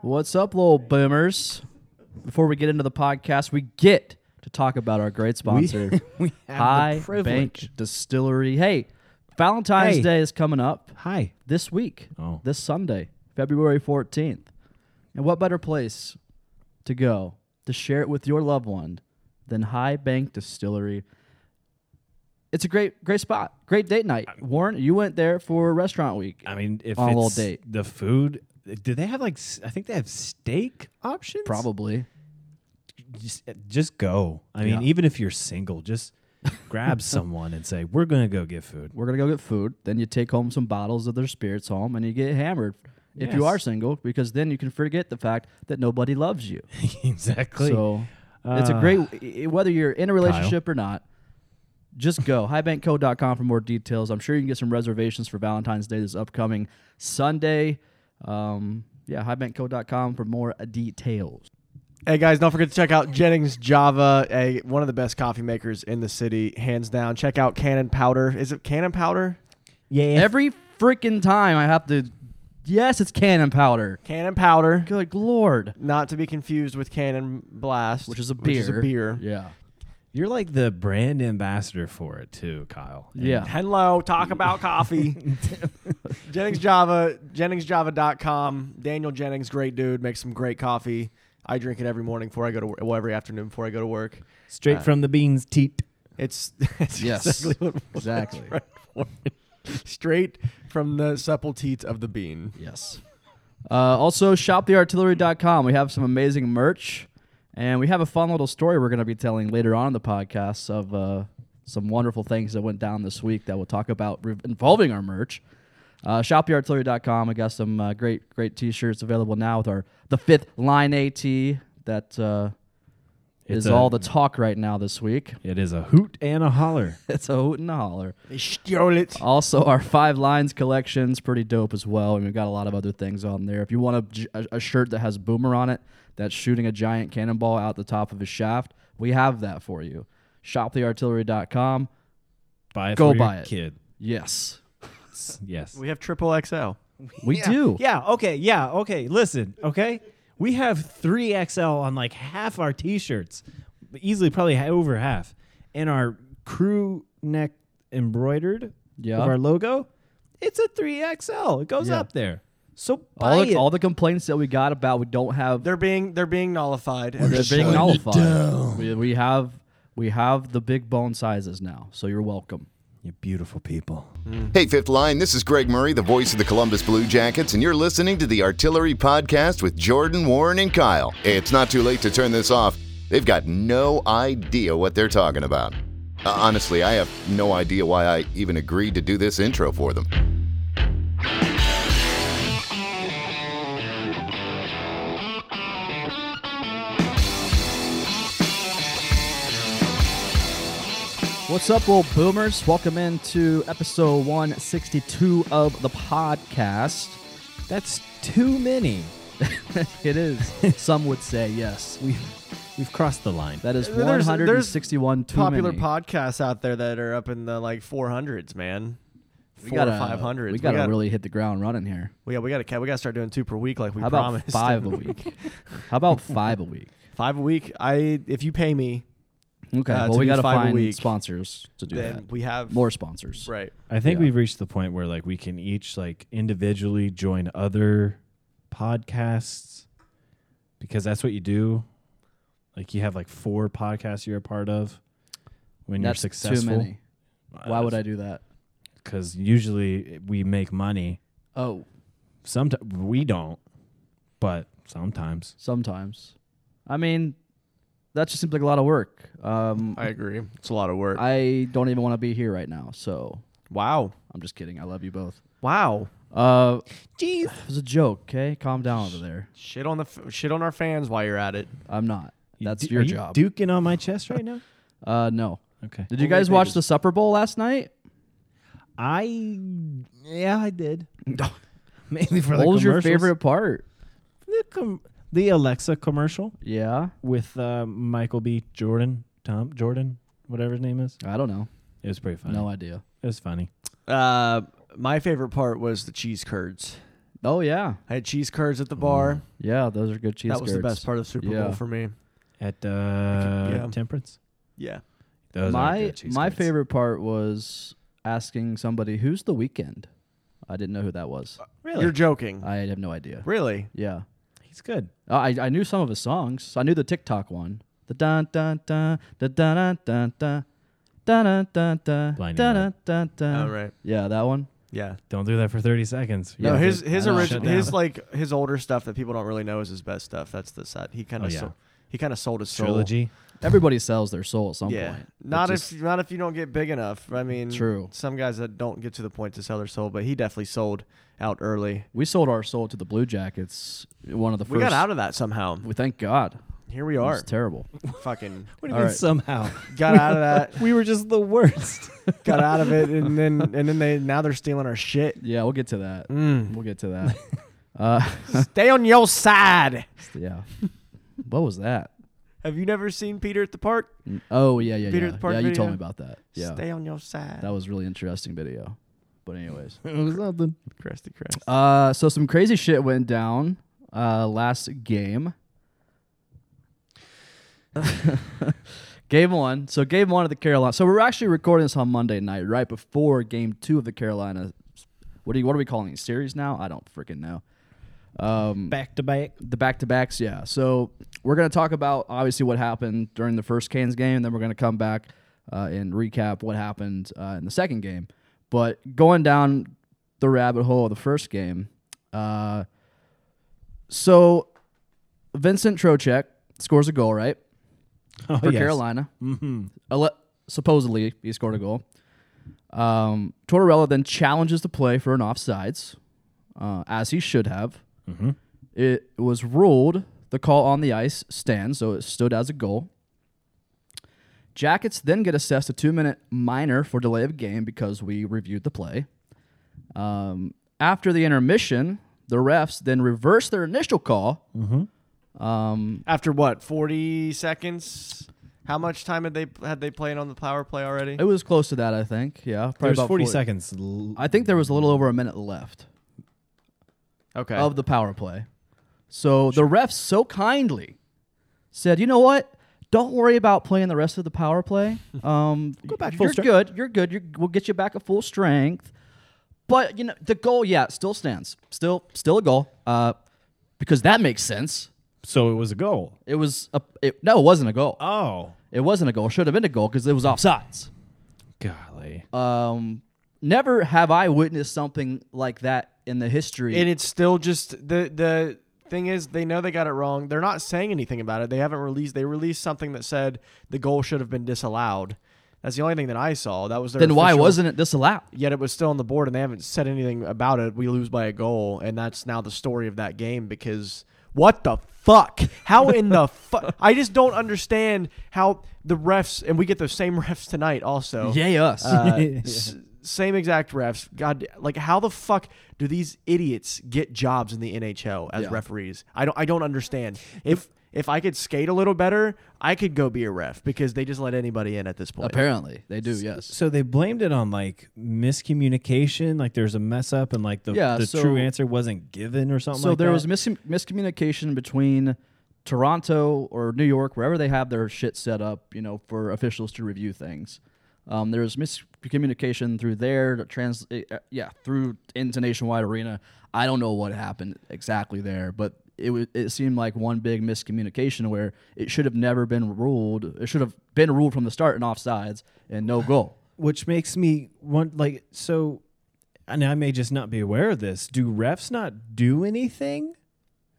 What's up, little boomers? Before we get into the podcast, we get to talk about our great sponsor, we have the High Bank privilege. Distillery. Hey, Valentine's Hey. Day is coming up Hi. this week, Oh. this Sunday, February 14th. And what better place to go to share it with your loved one than High Bank Distillery? It's a great, great spot, great date night. Warren, you went there for restaurant week. I mean, if On a it's little date. the food, do they have like? s- I think they have steak options. Probably. Just, uh, just go. I mean, Yeah. even if you're single, just grab someone and say, "We're gonna go get food." We're gonna go get food. Then you take home some bottles of their spirits home, and you get hammered if you Yes. are single, because then you can forget the fact that nobody loves you. exactly. So it's a Uh, Ah. great i- i- whether you're in a relationship or not. Just go highbankco.com for more details. I'm sure you can get some reservations for Valentine's Day this upcoming Sunday. Um, yeah, highbankco.com for more uh, details. Hey guys, don't forget to check out Jennings Java, a one of the best coffee makers in the city, hands down. Check out Cannon Powder. Is it Cannon Powder? yeah. Every freaking time I have to, yes, it's cannon powder. Cannon Powder, Good lord, not to be confused with Cannon Blast, which is a beer. Which is a beer. Yeah. you're like the brand ambassador for it too, Kyle. And Yeah. Hello, talk about coffee. Jennings Java, JenningsJava.com. Daniel Jennings, great dude, makes some great coffee. I drink it every morning before I go to work, well, every afternoon before I go to work. Straight from the beans, teat. It's, it's Yes. exactly what it was. Exactly. Right for it. Straight from the supple teat of the bean. Yes. Uh, also, shoptheartillery.com. We have some amazing merch, and we have a fun little story we're going to be telling later on in the podcast of uh, some wonderful things that went down this week that we'll talk about re- involving our merch. Uh, shoptheartillery.com. I got some uh, great, great T-shirts available now with our the fifth line AT that uh, is It's a- all the talk right now this week. It is a hoot and a holler. It's a hoot and a holler. They stole it. Also, our Five Lines collection's pretty dope as well, and we've got a lot of other things on there. If you want a j- a, a shirt that has Boomer on it, that's shooting a giant cannonball out the top of his shaft, we have that for you. ShopTheArtillery.com. Buy it Go for buy your it. kid. Yes, Yes. We have triple XL. we do. Yeah, okay, yeah, okay. Listen, okay? We have 3XL on like half our t shirts, easily probably ha- over half. And our crew neck embroidered Yeah. of our logo, it's a 3XL. It goes Yeah. up there. So buy All the, it. all the complaints that we got about we don't have They're being they're being nullified. and they're they're being showing- nullified. We, we have we have the big bone sizes now, so you're welcome. you beautiful people. Hey, Fifth Line, this is Greg Murray, the voice of the Columbus Blue Jackets, and you're listening to the Artillery Podcast with Jordan, Warren, and Kyle. It's not too late to turn this off. They've got no idea what they're talking about. Uh, honestly, I have no idea why I even agreed to do this intro for them. What's up, old boomers? Welcome into episode 162 of the podcast. That's too many. It is. Some would say yes. We've, we've crossed the line. That is There's- there's 161 too popular many. podcasts out there that are up in the like 400s, man. We Four gotta- to 500s. We gotta really hit the ground running here. we- yeah, we gotta ca- we gotta start doing two per week like we How about promised. five a week? How about five a week? Five a week. I if you pay me, Okay. Uh, well, to we do gotta five a find week, sponsors to do then that. we have More sponsors. Right. I think Yeah. we've reached the point where like we can each like individually join other podcasts because that's what you do. Like you have like four podcasts you're a part of when That's you're successful. Uh, too many. Why would I do that? Because usually we make money. Oh, Sometimes we don't, but sometimes. sometimes. I mean, that just seems like a lot of work. Um, I agree. It's a lot of work. I don't even want to be here right now. So wow. I'm just kidding. I love you both. Wow. Uh, Jeez. it was a joke. Okay, calm down over there. Shit on the f- shit on our fans while you're at it. I'm not. That's You d- your are you job. duking on my chest right now. uh, no. Okay. Did you guys they watch just- the Super Bowl last night? I yeah I did. Mainly for the what was your commercials. favorite part? The, com- the Alexa commercial. Yeah, with uh, Michael B. Jordan, Tom Jordan, whatever his name is. I don't know. It was pretty funny. No idea. It was funny. Uh, my favorite part was the cheese curds. Oh yeah, I had cheese curds at the bar. yeah. Those are good Mm, cheese. that was the curds. best part of Super Yeah. Bowl for me. at uh, yeah. Temperance. Yeah. Those are my good cheese my curds. favorite part was asking somebody who's the weekend. I didn't know who that was. Really, You're joking. I have no idea. really? Yeah, he's good. Uh, I I knew some of his songs. I knew the TikTok one. The dun dun dun the dun dun dun dun dun dun dun dun dun Blinding dun dun All dun. Oh, right. Yeah, that one. Yeah. Don't do that for thirty seconds. Yeah, no, his dude, his I know. original Shut down. his like his older stuff that people don't really know is his best stuff. That's the set. He kind Oh, of yeah. he kind of sold his soul. trilogy. Everybody sells their soul at some Yeah. point. It Not just- if not if you don't get big enough. I mean, True. Some guys that don't get to the point to sell their soul, but he definitely sold out early. we sold our soul to the Blue Jackets. One of the first. We got out of that somehow. We thank God. Here we It are. was terrible. Fucking What do you All mean right. somehow? got out of that. we were just the worst. Got out of it, and then and then they now they're stealing our shit. Yeah, we'll get to that. Mm. We'll get to that. uh, Stay on your side. yeah. What was that? Have you never seen Peter at the park? Mm, Oh yeah, yeah, Peter yeah. the Park yeah, you told video. me about that. Yeah, Stay on your side. that was really interesting video. But anyways, it was something. Crusty crust. uh, so some crazy shit went down uh, last game. game one. So game one of the Carolina. So we're actually recording this on Monday night, right before game two of the Carolina. What do you? What are we calling it? Series now? I don't freaking know. Um, Back to back. the back to backs, yeah. So we're going to talk about obviously what happened during the first Canes game, and then we're going to come back uh, and recap what happened uh, in the second game. But going down the rabbit hole of the first game, uh, so Vincent Trocek scores a goal, right? Oh, for yes. Carolina. Ele- supposedly, he scored a goal. Um, Tortorella then challenges the play for an offsides, uh, as he should have. It was ruled the call on the ice stands, so it stood as a goal. Jackets then get assessed a two minute minor for delay of game because we reviewed the play. Um, after the intermission, the refs then reverse their initial call. After what? Forty seconds. How much time had they had they played on the power play already? It was close to that, I think. Yeah, probably There's about 40 40 seconds. l- I think there was a little over a minute left Okay. of the power play. So the refs so kindly said, "You know what? Don't worry about playing the rest of the power play. Um, Go back full you're strength." good. You're good. You're, we'll get you back at full strength. But you know the goal, yeah, it still stands. Still, still a goal. Uh, because that makes sense. So it was a goal. It was a it, no, it wasn't a goal. Oh, It wasn't a goal. Should have been a goal because it was offsides. golly. Um, never have I witnessed something like that in the history and it's still just the the thing is they know they got it wrong. They're not saying anything about it. They haven't released. They released something that said the goal should have been disallowed. That's the only thing that I saw. That was their then why official- wasn't it disallowed? Yet it was still on the board, and they haven't said anything about it. We lose by a goal, and that's now the story of that game because what the fuck? How in the fuck? I just don't understand how the refs, and we get those same refs tonight Oh. also. Yay us. Uh, s- same exact refs. God, like how the fuck do these idiots get jobs in the NHL as Yeah. referees? I don't. I don't understand. If if I could skate a little better, I could go be a ref because they just let anybody in at this point. Apparently, they do. Yes. So they blamed it on like miscommunication, like there's a mess up and like the, Yeah, the so- true answer wasn't given or something So like there that. was mis- miscommunication between Toronto or New York, wherever they have their shit set up, you know, for officials to review things. Um, there was miscommunication through there, to trans, uh, yeah, through into Nationwide Arena. I don't know what happened exactly there, but it was it seemed like one big miscommunication where it should have never been ruled. It should have been ruled from the start and offsides and no goal. Which makes me want like so and I may just not be aware of this. Do refs not do anything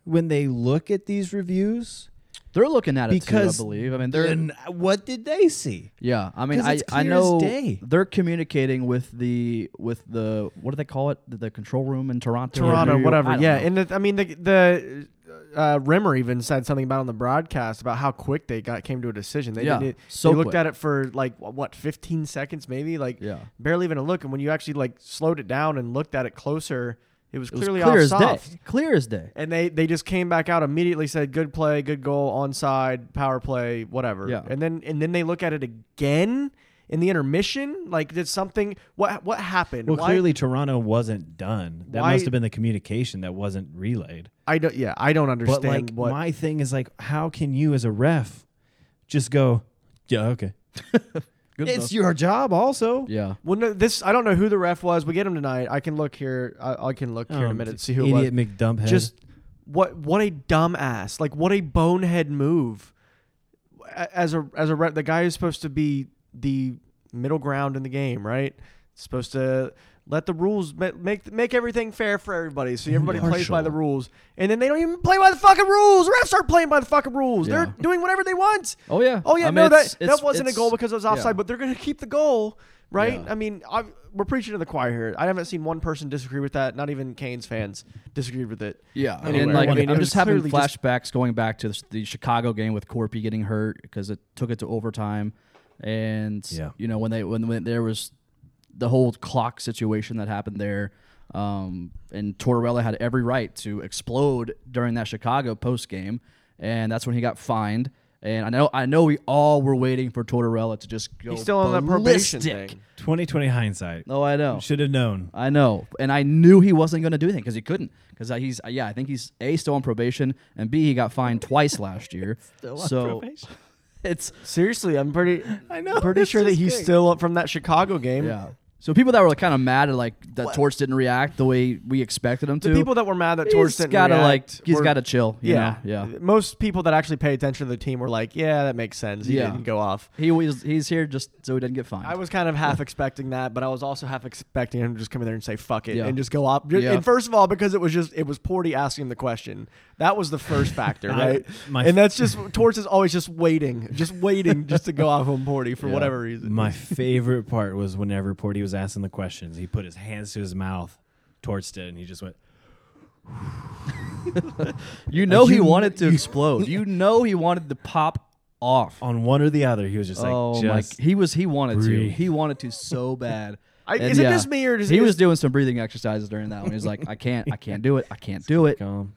when they look at these reviews? They're looking at it Because too, I believe. I mean, they're Then what did they see? Yeah, I mean, 'Cause I it's I clear as know day. they're communicating with the with the what do they call it? The, the control room in Toronto. or Toronto, New York? I whatever. don't Yeah, know. and the, I mean the the uh, Rimmer even said something about on the broadcast about how quick they got came to a decision. They Yeah, did it. so they looked quick. at it for like wh- what fifteen seconds maybe, like Yeah. barely even a look. And when you actually like slowed it down and looked at it closer, it was it was clearly clear off as soft. day. Clear as day. And they they just came back out immediately, said good play, good goal, onside, power play, whatever. Yeah. And then and then they look at it again in the intermission? Like, did something? What what happened? Well, Why- clearly Toronto wasn't done. That Why- must have been the communication that wasn't relayed. I don't. Yeah, I don't understand But like what. my thing is like, how can you as a ref just go, yeah, okay. Good it's enough. your job also. yeah. well, no, this I don't know who the ref was. We get him tonight. I can look here. I, I can look here in a Um, minute. See who it was. idiot McDumbhead. just what what a dumbass like what a bonehead move A- as a as a rep, the guy who's supposed to be the middle ground in the game right supposed to let the rules ma- make make everything fair for everybody Mm-hmm. so everybody plays by the Impartial. rules and then they don't even play by the fucking rules refs aren't playing by the fucking rules Yeah. they're doing whatever they want Oh yeah. Oh yeah, I mean, no, it's- that it's- that wasn't a it's- goal because it was offside, yeah. but they're going to keep the goal, right? Yeah. I mean, i we're preaching to the choir here. I haven't seen one person disagree with that. Not even Canes fans disagreed with it. Yeah, Anywhere. and like I I mean, it am was just having clearly just- flashbacks going back to the- the Chicago game with Corpy getting hurt because it took it to overtime, and Yeah. you know when they when, when there was the whole clock situation that happened there, um, and Tortorella had every right to explode during that Chicago post game, and that's when he got fined. And I know I know we all were waiting for Tortorella to just go He's still on that probation ballistic. thing. 2020 hindsight. No, I know. Should have known. I know, and I knew he wasn't going to do anything because he couldn't. Because he's yeah, I think he's a still on probation, and b he got fined twice last year. so it's Seriously, I'm pretty. I know, Pretty it's sure that just he's great. still up from that Chicago game. yeah. So people that were kind of mad at like that Torch didn't react the way we expected him The to. people that were mad that Torch he's didn't gotta react like he's were- got to chill. You yeah, know? yeah. Most people that actually pay attention to the team were like, "Yeah, that makes sense. He Yeah. didn't go off." He was he's here just so he didn't get fined. I was kind of half expecting that, but I was also half expecting him to just come in there and say "fuck it" Yeah. and just go up. Yeah. And first of all, because it was just it was Porty asking the question, that was the first factor, I- right? my- and that's just Torch is always just waiting, just waiting, just to go off on Porty for whatever reason. My favorite part was whenever Porty was asking the questions, he put his hands to his mouth, torched it, and he just went, you know he you- wanted to you- explode. you know he wanted to pop off. on one or the other, he was just like, oh my! just He was he wanted breathe. to. He wanted to so bad. I- And is it just me or does- he is- was doing some breathing exercises during that one? He's like, I can't, I can't do it, I can't do it. calm.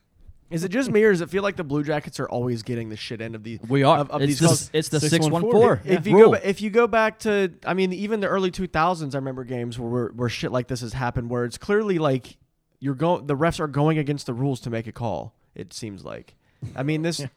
Is it just me or does it feel like the Blue Jackets are always getting the shit end of the We are. of, of it's, these the, calls? it's the six one 614. four. If you go, ba- if you go back to, I mean, even the early two thousands, I remember games where, where where shit like this has happened, where it's clearly like you're going, the refs are going against the rules to make a call. It seems like, I mean, this, i-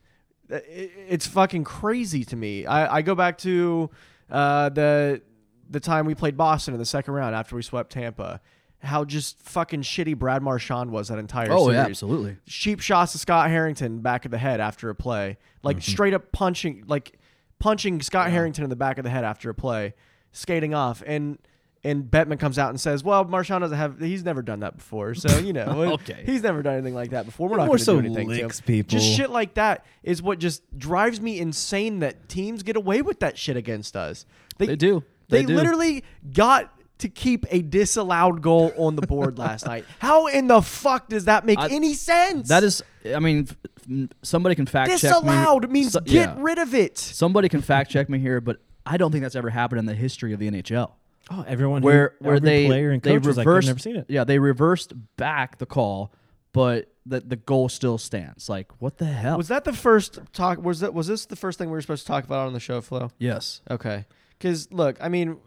i it's fucking crazy to me. I, I go back to uh, the the time we played Boston in the second round after we swept Tampa. How just fucking shitty Brad Marchand was that entire oh series yeah, absolutely. cheap shots to Scott Harrington back of the head after a play, like straight up punching, like punching Scott Harrington in the back of the head after a play, skating off, and and Bettman comes out and says, "Well, Marshawn doesn't have, he's never done that before, so you know, Okay. he's never done anything like that before. We're not More going to so do anything to him." licks people. Just shit like that is what just drives me insane that teams get away with that shit against us. They do. They, They do. literally got. To keep a disallowed goal on the board last night. How in the fuck does that make I- any sense? That is, I mean, f- m- somebody can fact check me. disallowed means So- get yeah. rid of it. Somebody can fact check me here, but I don't think that's ever happened in the history of the NHL. Oh, everyone where who, where every they player and they coach was reversed like, I've never seen it. yeah they reversed back the call, but the the goal still stands. Like what the hell? Was that the first talk? Was that was this the first thing we were supposed to talk about on the show, Flo? yes. Okay, because look, I mean,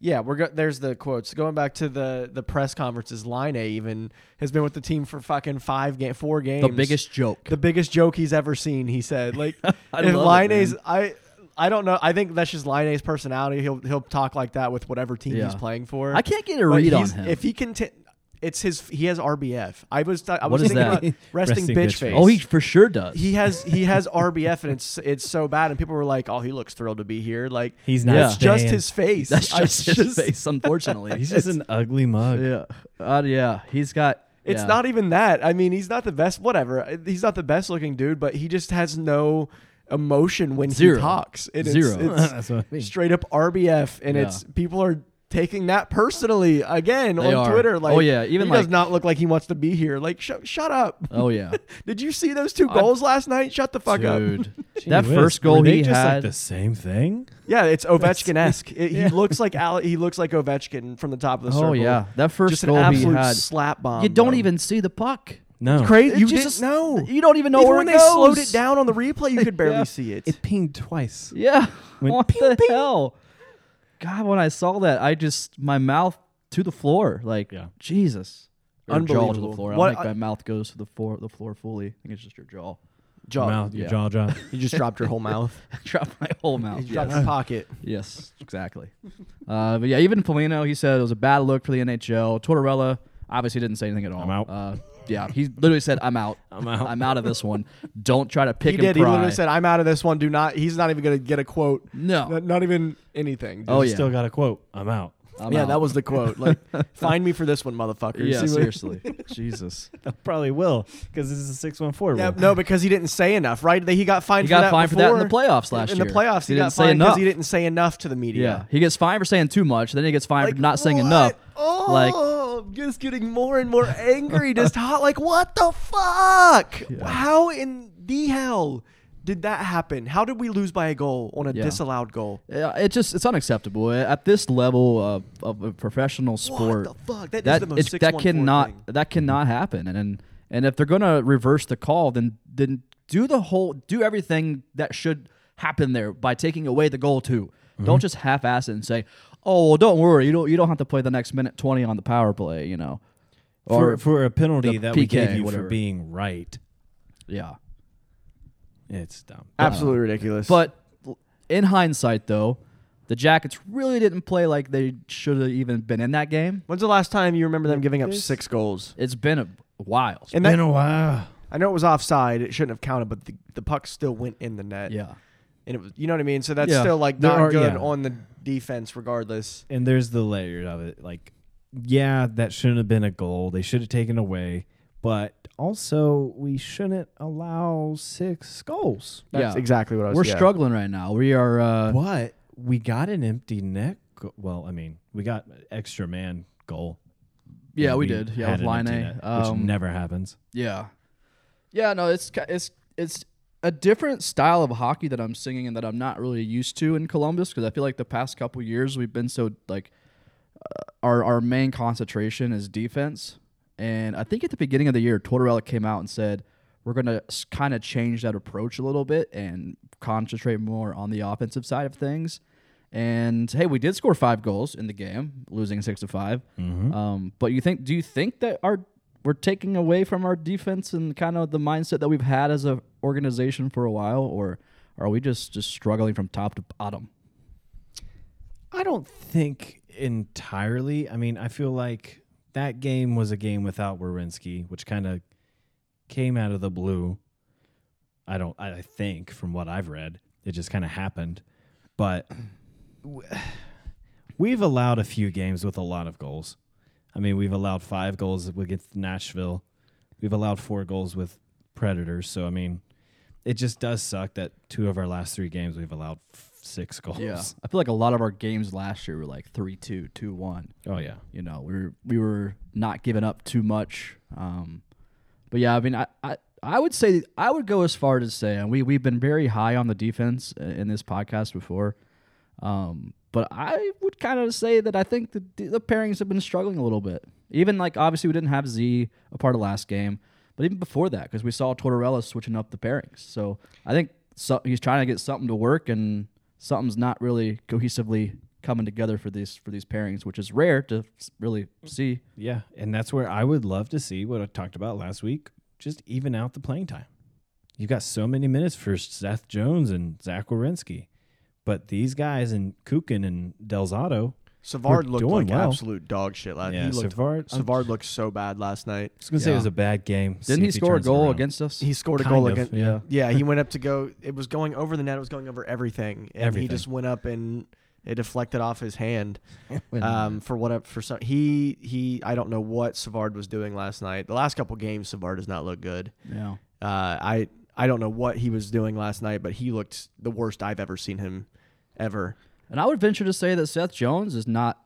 yeah, we're go- there's the quotes going back to the the press conferences. Line A even has been with the team for fucking five game, four games. The biggest joke. the biggest joke he's ever seen. He said, like, I if love it, Line A's, man. I. I don't know. I think that's just Line A's personality. He'll he'll talk like that with whatever team he's Yeah. playing for. I can't get a But read on he's- him. If he can, it's his. He has RBF. I was. I What was is thinking that? about resting, Resting bitch, bitch face. face. oh, he for sure does. He has he has RBF and it's it's so bad and people were like, oh, he looks thrilled to be here. Like He's not That's just staying. his face. That's I just his face, unfortunately. He's just an ugly mug. yeah, uh, yeah. He's got. It's yeah. not even that. I mean, he's not the best. Whatever. He's not the best looking dude, but he just has no emotion when Zero. he talks. And Zero. It's, it's That's what I mean. straight up RBF, and Yeah. it's people are taking that personally again They on are. Twitter. Like, Oh, yeah, even he does like- not look like he wants to be here. Like, sh- shut up. Oh yeah, Did you see those two goals last night? Shut the fuck up. dude. Gee that whiz, first were goal they he just like had. the same thing. Yeah, it's Ovechkin esque. He looks like Ale- he looks like Ovechkin from the top of the circle. oh yeah, that first just an goal he absolute had. slap bomb. you don't bro. even see the puck. No, crazy. It You just- didn't know. You don't even know Even where when it they slowed goes. it down on the replay, you could barely see it. It pinged twice. Yeah. Went what ping, the ping. hell? God, when I saw that, I just my mouth to the floor, like Yeah. Jesus, Or jaw to Unbelievable. the floor. I What don't think I- my mouth goes to the floor, the floor fully. I think it's just your jaw. Jaw. mouth, your yeah. jaw drop. You just dropped your whole mouth. Drop my whole mouth. You dropped Yes. your pocket. Yes, exactly. uh, but yeah, even Polino, he said it was a bad look for the NHL. Tortorella obviously didn't say anything at all. I'm out. Uh, yeah, he literally said, "I'm out. I'm out." I'm out of this one. Don't try to pick He and did. He pry." literally said, "I'm out of this one. Do not." He's not even gonna get a quote. No. Not, not even anything. "Oh You yeah, Still got a quote. I'm out. I'm yeah, out." that was the quote. Like, find me for this one, motherfucker. yeah." See what- Seriously, Jesus. Probably will because this is a six one four. Yeah, no, because he didn't say enough, right? That He got fined. He got for that fined for before. that in the playoffs last in year. the playoffs, he, He got didn't say fined because enough. he didn't say enough to the Yeah. media. he gets fined for saying too much. Then he gets fined for not saying enough. Oh, Like, just getting more and more angry. Just hot. Like, what the fuck? How in the hell did that happen? How did we lose by a goal on a Yeah. disallowed goal? Yeah, it just it's unacceptable at this level of, of a professional sport. the fuck? That is the most it's- that 614 cannot thing. that cannot happen. And, and and if they're gonna reverse the call, then then do the whole do everything that should happen there by taking away the goal too. Don't just half ass it and say, "Oh, well, don't worry, you don't you don't have to play the next minute twenty on the power play." You know, for, for a penalty the that PK, we gave you whatever. for being right. yeah. It's dumb. Absolutely ridiculous. But in hindsight, though, the Jackets really didn't play like they should have even been in that game. when's the last time you remember them giving up six goals? It's been a while. And that, a while. I know it was offside; it shouldn't have counted, but the, the puck still went in the net. yeah. and it was you know what I mean. So that's Yeah. still like There not are- good yeah. on the defense, regardless. And there's the layer of it. Like, yeah, that shouldn't have been a goal. They should have taken away. But also, we shouldn't allow six goals. That's Yeah. exactly what I was. We're yeah. struggling right now. We are. Uh, But we got an empty net. Go- well, I mean, we got an extra man goal. yeah, we did. Yeah, had with an line empty A. net, which Um, never happens. yeah. Yeah. No, it's ki- it's it's a different style of hockey that I'm singing and that I'm not really used to in Columbus because I feel like the past couple years we've been so like our our main concentration is defense. And I think at the beginning of the year, Tortorella came out and said we're going to kind of change that approach a little bit and concentrate more on the offensive side of things. And hey, we did score five goals in the game, losing six to 5 Um, but you think? Do you think that our we're taking away from our defense and kind of the mindset that we've had as a organization for a while, or are we just just struggling from top to bottom? I don't think entirely. I mean, I feel like that game was a game without Wierenski, which kind of came out of the blue. I don't. I I think from what I've read, it just kind of happened. But w- we've allowed a few games with a lot of goals. I mean, we've allowed five goals against Nashville. We've allowed four goals with Predators. So I mean, it just does suck that two of our last three games we've allowed f- six goals. I feel like a lot of our games last year were like 3 2, 2 1. Oh yeah. You know, we were, we were not giving up too much. Um, but yeah, I mean, I, I, I would say, I would go as far to say, and we, we've been very high on the defense i- in this podcast before. Um, but I would kind of say that I think the, the pairings have been struggling a little bit. Even like, obviously, we didn't have Z a part of last game, but even before that, because we saw Tortorella switching up the pairings. So I think so, he's trying to get something to work, and something's not really cohesively coming together for these for these pairings, which is rare to s- really see. Yeah, and that's where I would love to see what I talked about last week. Just even out the playing time. You've got so many minutes for Seth Jones and Zach Wierenski, but these guys and Kukin and Delzato. Savard We're looked doing like well. absolute dog shit last. Yeah, Uh, he looked, Savard- Savard looked so bad last night. I was gonna say it was a bad game. See Didn't he if score a turns it goal around. against us? He scored a Kind goal of, again. yeah. yeah. He went up to go. It was going over the net. It was going over everything, and he Everything. just went up and it deflected off his hand. um, for what for some he he I don't know what Savard was doing last night. The last couple games, Savard does not look good. yeah. Uh, I I don't know what he was doing last night, but he looked the worst I've ever seen him ever. And I would venture to say that Seth Jones is not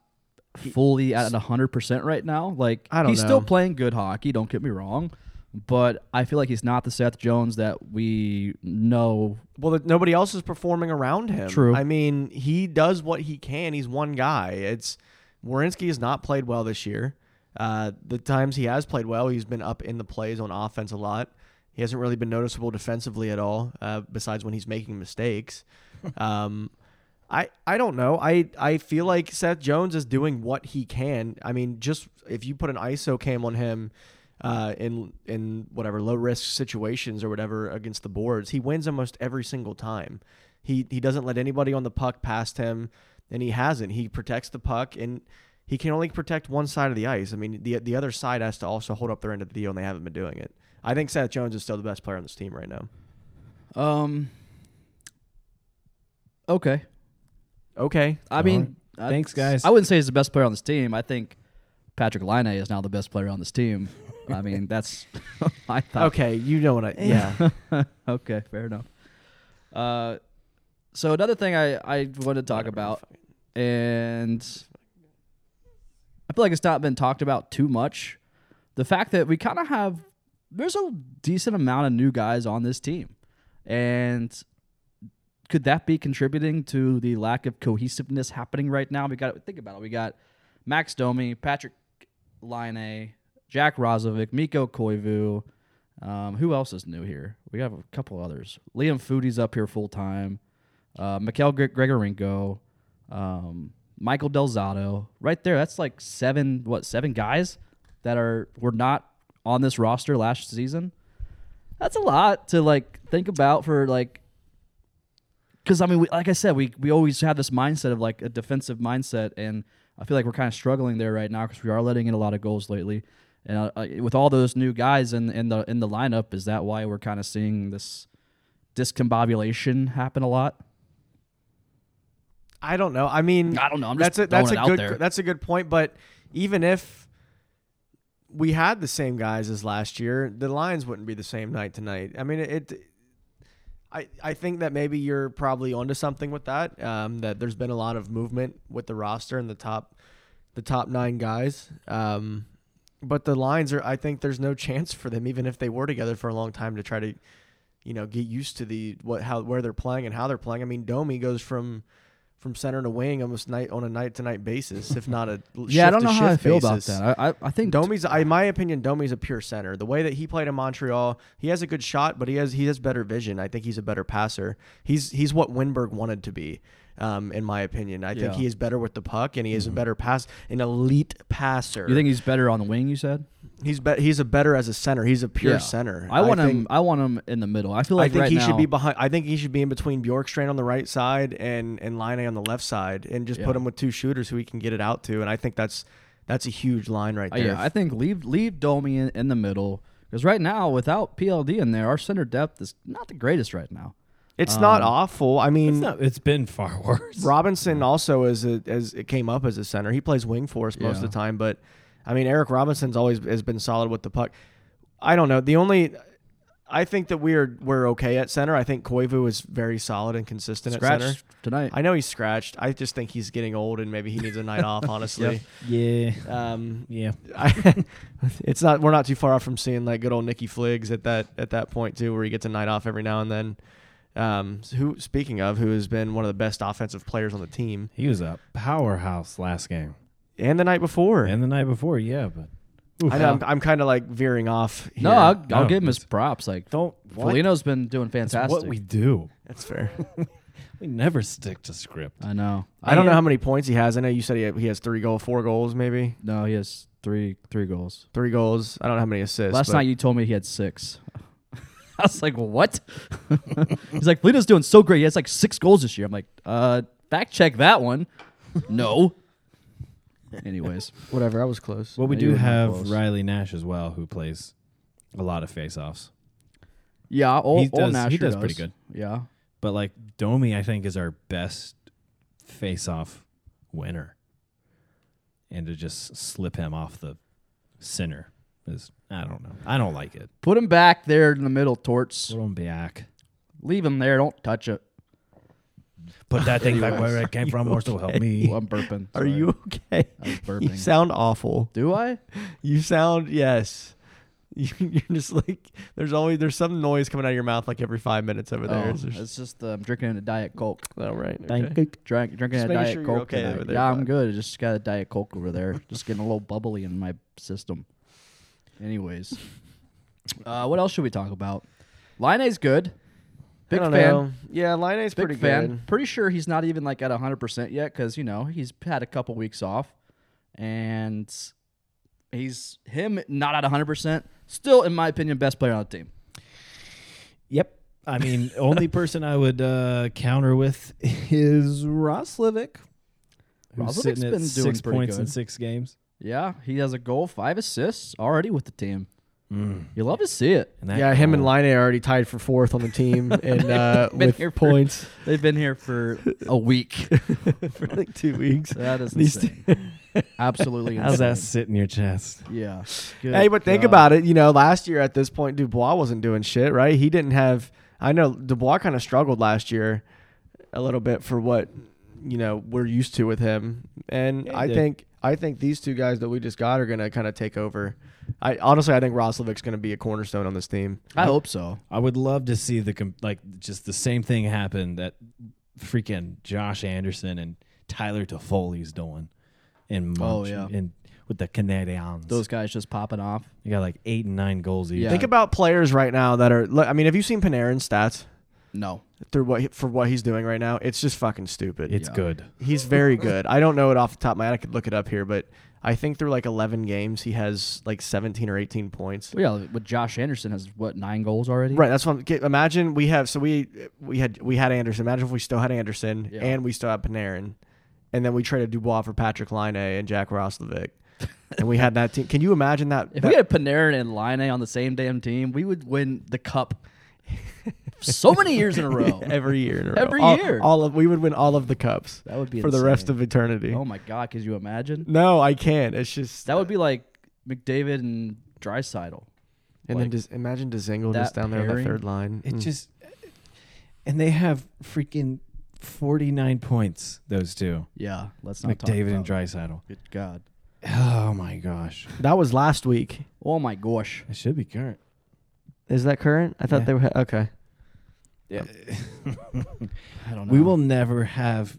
fully at 100% right now. Like, I don't he's still know. playing good hockey, don't get me wrong. But I feel like he's not the Seth Jones that we know. Well, that nobody else is performing around him. True. I mean, he does what he can. He's one guy. It's Warinsky has not played well this year. Uh, the times he has played well, he's been up in the plays on offense a lot. He hasn't really been noticeable defensively at all, uh, besides when he's making mistakes. Um, I, I don't know. I, I feel like Seth Jones is doing what he can. I mean, just if you put an ISO cam on him uh, in in whatever low risk situations or whatever against the boards, he wins almost every single time. He he doesn't let anybody on the puck past him, and he hasn't. He protects the puck, and he can only protect one side of the ice. I mean, the the other side has to also hold up their end of the deal, and they haven't been doing it. I think Seth Jones is still the best player on this team right now. Um. Okay. Okay, I mean, I- Thanks, guys. I wouldn't say he's the best player on this team. I think Patrick Line is now the best player on this team. I mean, that's I thought. okay, you know what I yeah. okay, fair enough. Uh, so another thing I I want to talk about, and I feel like it's not been talked about too much. The fact that we kind of have there's a decent amount of new guys on this team, and could that be contributing to the lack of cohesiveness happening right now? We got think about it. We got Max Domi, Patrick Line, Jack Rozovic, Miko Koivu. Um, who else is new here? We have a couple others. Liam Foodie's up here full time. Uh, Mikael Gre- Gregorenko, um, Michael Delzato. Right there, that's like seven. What seven guys that are were not on this roster last season? That's a lot to like think about for like because I mean, we, like I said, we we always have this mindset of like a defensive mindset, and I feel like we're kind of struggling there right now because we are letting in a lot of goals lately. And uh, uh, with all those new guys in in the in the lineup, is that why we're kind of seeing this discombobulation happen a lot? I don't know. I mean, I don't know. I'm that's just a, that's a throwing it out good there. that's a good point. But even if we had the same guys as last year, the lines wouldn't be the same night tonight. I mean, it. I I think that maybe you're probably onto something with that. Um, that there's been a lot of movement with the roster and the top, the top nine guys. Um, but the lines are. I think there's no chance for them, even if they were together for a long time, to try to, you know, get used to the what how where they're playing and how they're playing. I mean, Domi goes from from center to wing almost night on a night to night basis, if not a Yeah, I don't know how I shift-to-shift feel basis. about that. I I, I think Domi's, I, in my opinion, Domi's a pure center. The way that he played in Montreal, he has a good shot, but he has he has better vision. I think he's a better passer. He's he's what Winberg wanted to be, um, in my opinion. I think Yeah. Mm-hmm. he is better with the puck, and he is a better pass, an elite passer. you think he's better on the wing. You said he's be, he's a better as a center. He's a pure Yeah. center. I want think- him. I want him in the middle. I feel I like think right he now- should be behind. I think he should be in between Bjorkstrand on the right side and and Line on the left side, and just put Yeah. him with two shooters who he can get it out to. And I think that's that's a huge line right Uh, there. yeah, I think leave leave Domi in, in the middle because right now without PLD in there, our center depth is not the greatest right now. It's not um, awful. I mean, It's, not, it's been far worse. Robinson also is a, as it came up as a center. He plays wing for us most of Yeah. the time, but I mean Eric Robinson's always has been solid with the puck. I don't know. The only I think that we're we're okay at center. I think Koivu is very solid and consistent at center. Scratch tonight. I know he's scratched. I just think he's getting old and maybe he needs a night off, honestly. Yeah. Um Yeah. I, it's not we're not too far off from seeing like good old Nicky Fliggs at that at that point too, where he gets a night off every now and then. Um, who speaking of, who has been one of the best offensive players on the team, He was a powerhouse last game and the night before. and the night before. Yeah, but I know I'm, I'm kind of like veering off. no, Here. I'll, I'll No, give him his props. Like don't. Foligno's been doing That's fantastic. what we do. that's fair. We never stick to script. I know. I don't know how many points he has. I know you said he, he has three goals, four goals, maybe No, he has three three goals. three goals. I don't know how many assists. Last but- night you told me he had six. I was like, what? He's like, Foligno's doing so great. He has like six goals this year. I'm like, uh, fact check that one. no. Anyways, whatever. I was close. Well, we Yeah, you do were not have close. Riley Nash as well, who plays a lot of face-offs. yeah, all, He all does- Nasher he does pretty good. Yeah, But like Domi, I think is our best face-off winner, and to just slip him off the center is I don't know. I don't like it. put him back there in the middle, torts. Put him back. Leave him there. Don't touch it. Put that thing back where it came from, or so help me. Well, I'm burping. Are Sorry. you okay? I was You burping. sound awful. Do I? You sound yes. You- You're just like there's always there's some noise coming out of your mouth like every five minutes over there. Oh, Is there- it's just uh, I'm drinking a diet coke. all right. okay. Drink, drink, drinking Just a making diet sure you're coke. okay tonight. over there, yeah, I'm bud. good. I just got a diet coke over there. just getting a little bubbly in my system. Anyways, uh, what else should we talk about? Line's good. Big I don't fan. know. Yeah, Line A's Big pretty fan. good. Pretty sure he's not even like at 100% yet because, you know, he's had a couple weeks off and he's him not at 100%. Still, in my opinion, best player on the team. Yep. I mean, only person I would uh, counter with is Roslovic. Roslevic's Who's sitting at been doing six pretty points in good. six games. Yeah, he has a goal, five assists already with the team. You love to see it. And that Yeah, him and goal- Line A are already tied for fourth on the team and uh, Been with here for- points They've been here for a week. for like two weeks. That is These insane. Absolutely How's that insane. sit in your chest? Yeah. Hey, but think God. about it. You know, last year at this point, Dubois wasn't doing shit, right? He didn't have. I know Dubois kind of struggled last year a little bit for what you know we're used to with him, and Yeah, he I did. think I think these two guys that we just got are gonna kind of take over. I honestly, I think Roslovic's gonna be a cornerstone on this team. I hope so. I would love to see the com- like just the same thing happen that freaking Josh Anderson and Tyler Toffoli's doing in Oh, Munch yeah. and with the Canadians. Those guys just popping off. they got like eight and nine goals each. Yeah. Think about players right now that are. Look, I mean, have you seen Panarin's stats No. through what he- for what he's doing right now? It's just fucking stupid. It's good. He's very good. I don't know it off the top of my head. I could look it up here, but I think through like 11 games, he has like 17 or 18 points. Well, yeah, but Josh Anderson has what nine goals already? Right. That's what I'm, get- imagine we have. So we we had we had Anderson. Imagine if we still had Anderson Yeah. and we still had Panarin, and then we traded Dubois for Patrick Line and Jack Roslovic, and we had that team. Can you imagine that? If that- we had Panarin and Line on the same damn team, we would win the cup so many years in a row. every year, in a row. Every All- year. all of we would win all of the cups That would be for the rest insane. of eternity. Oh my god, could you imagine? no, I can't. It's just That would be like McDavid and Drysidle. and like- then just imagine Dzingel that just down there on the pairing, third line. It Mm. just and they have freaking forty nine points. Those two, Yeah, let's not talk McDavid and about it. Drysaddle. Good God. Oh my gosh, that was last week. Oh my gosh. it should be current. Is that current? I thought Yeah. they were okay. Yeah. I don't know. we will never have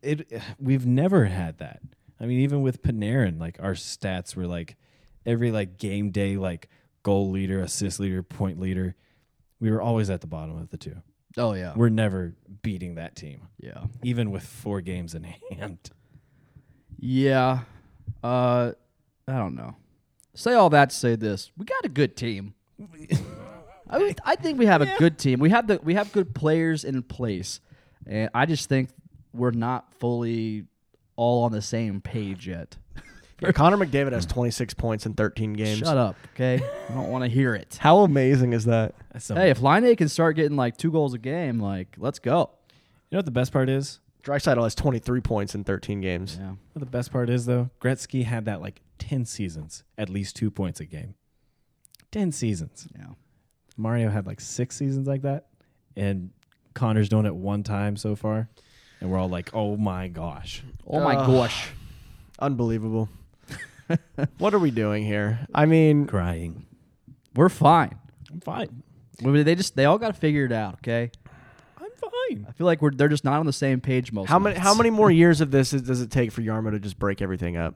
it. We've never had that. I mean, even with Panarin, like our stats were like every like game day, like goal leader, assist leader, point leader. We were always at the bottom of the two. Oh yeah. We're never beating that team, yeah. even with four games in hand. Yeah. Uh I don't know. Say all that to say this. We got a good team. I mean, I think we have a good team. We have the we have good players in place. And I just think we're not fully all on the same page yet. Yeah, Connor McDavid has 26 points in 13 games. Shut up, okay? I don't want to hear it. How amazing is that? That's Hey, if Line A can start getting like two goals a game, like let's go. You know what the best part is? Drysdale has 23 points in 13 games. Yeah. You know what the best part is though? Gretzky had that like ten seasons, at least two points a game. Ten seasons. Yeah. Mario had like six seasons like that, and Connor's doing it one time so far, and we're all like, "Oh my gosh!" Oh my Ugh. gosh. Unbelievable. what are we doing here? I mean, Crying. We're fine. I'm fine. We- They just they all got to figure it out, okay? I'm fine. I feel like we're they're just not on the same page most. how nights. many how many more years of this is, does it take for Yarmo to just break everything up?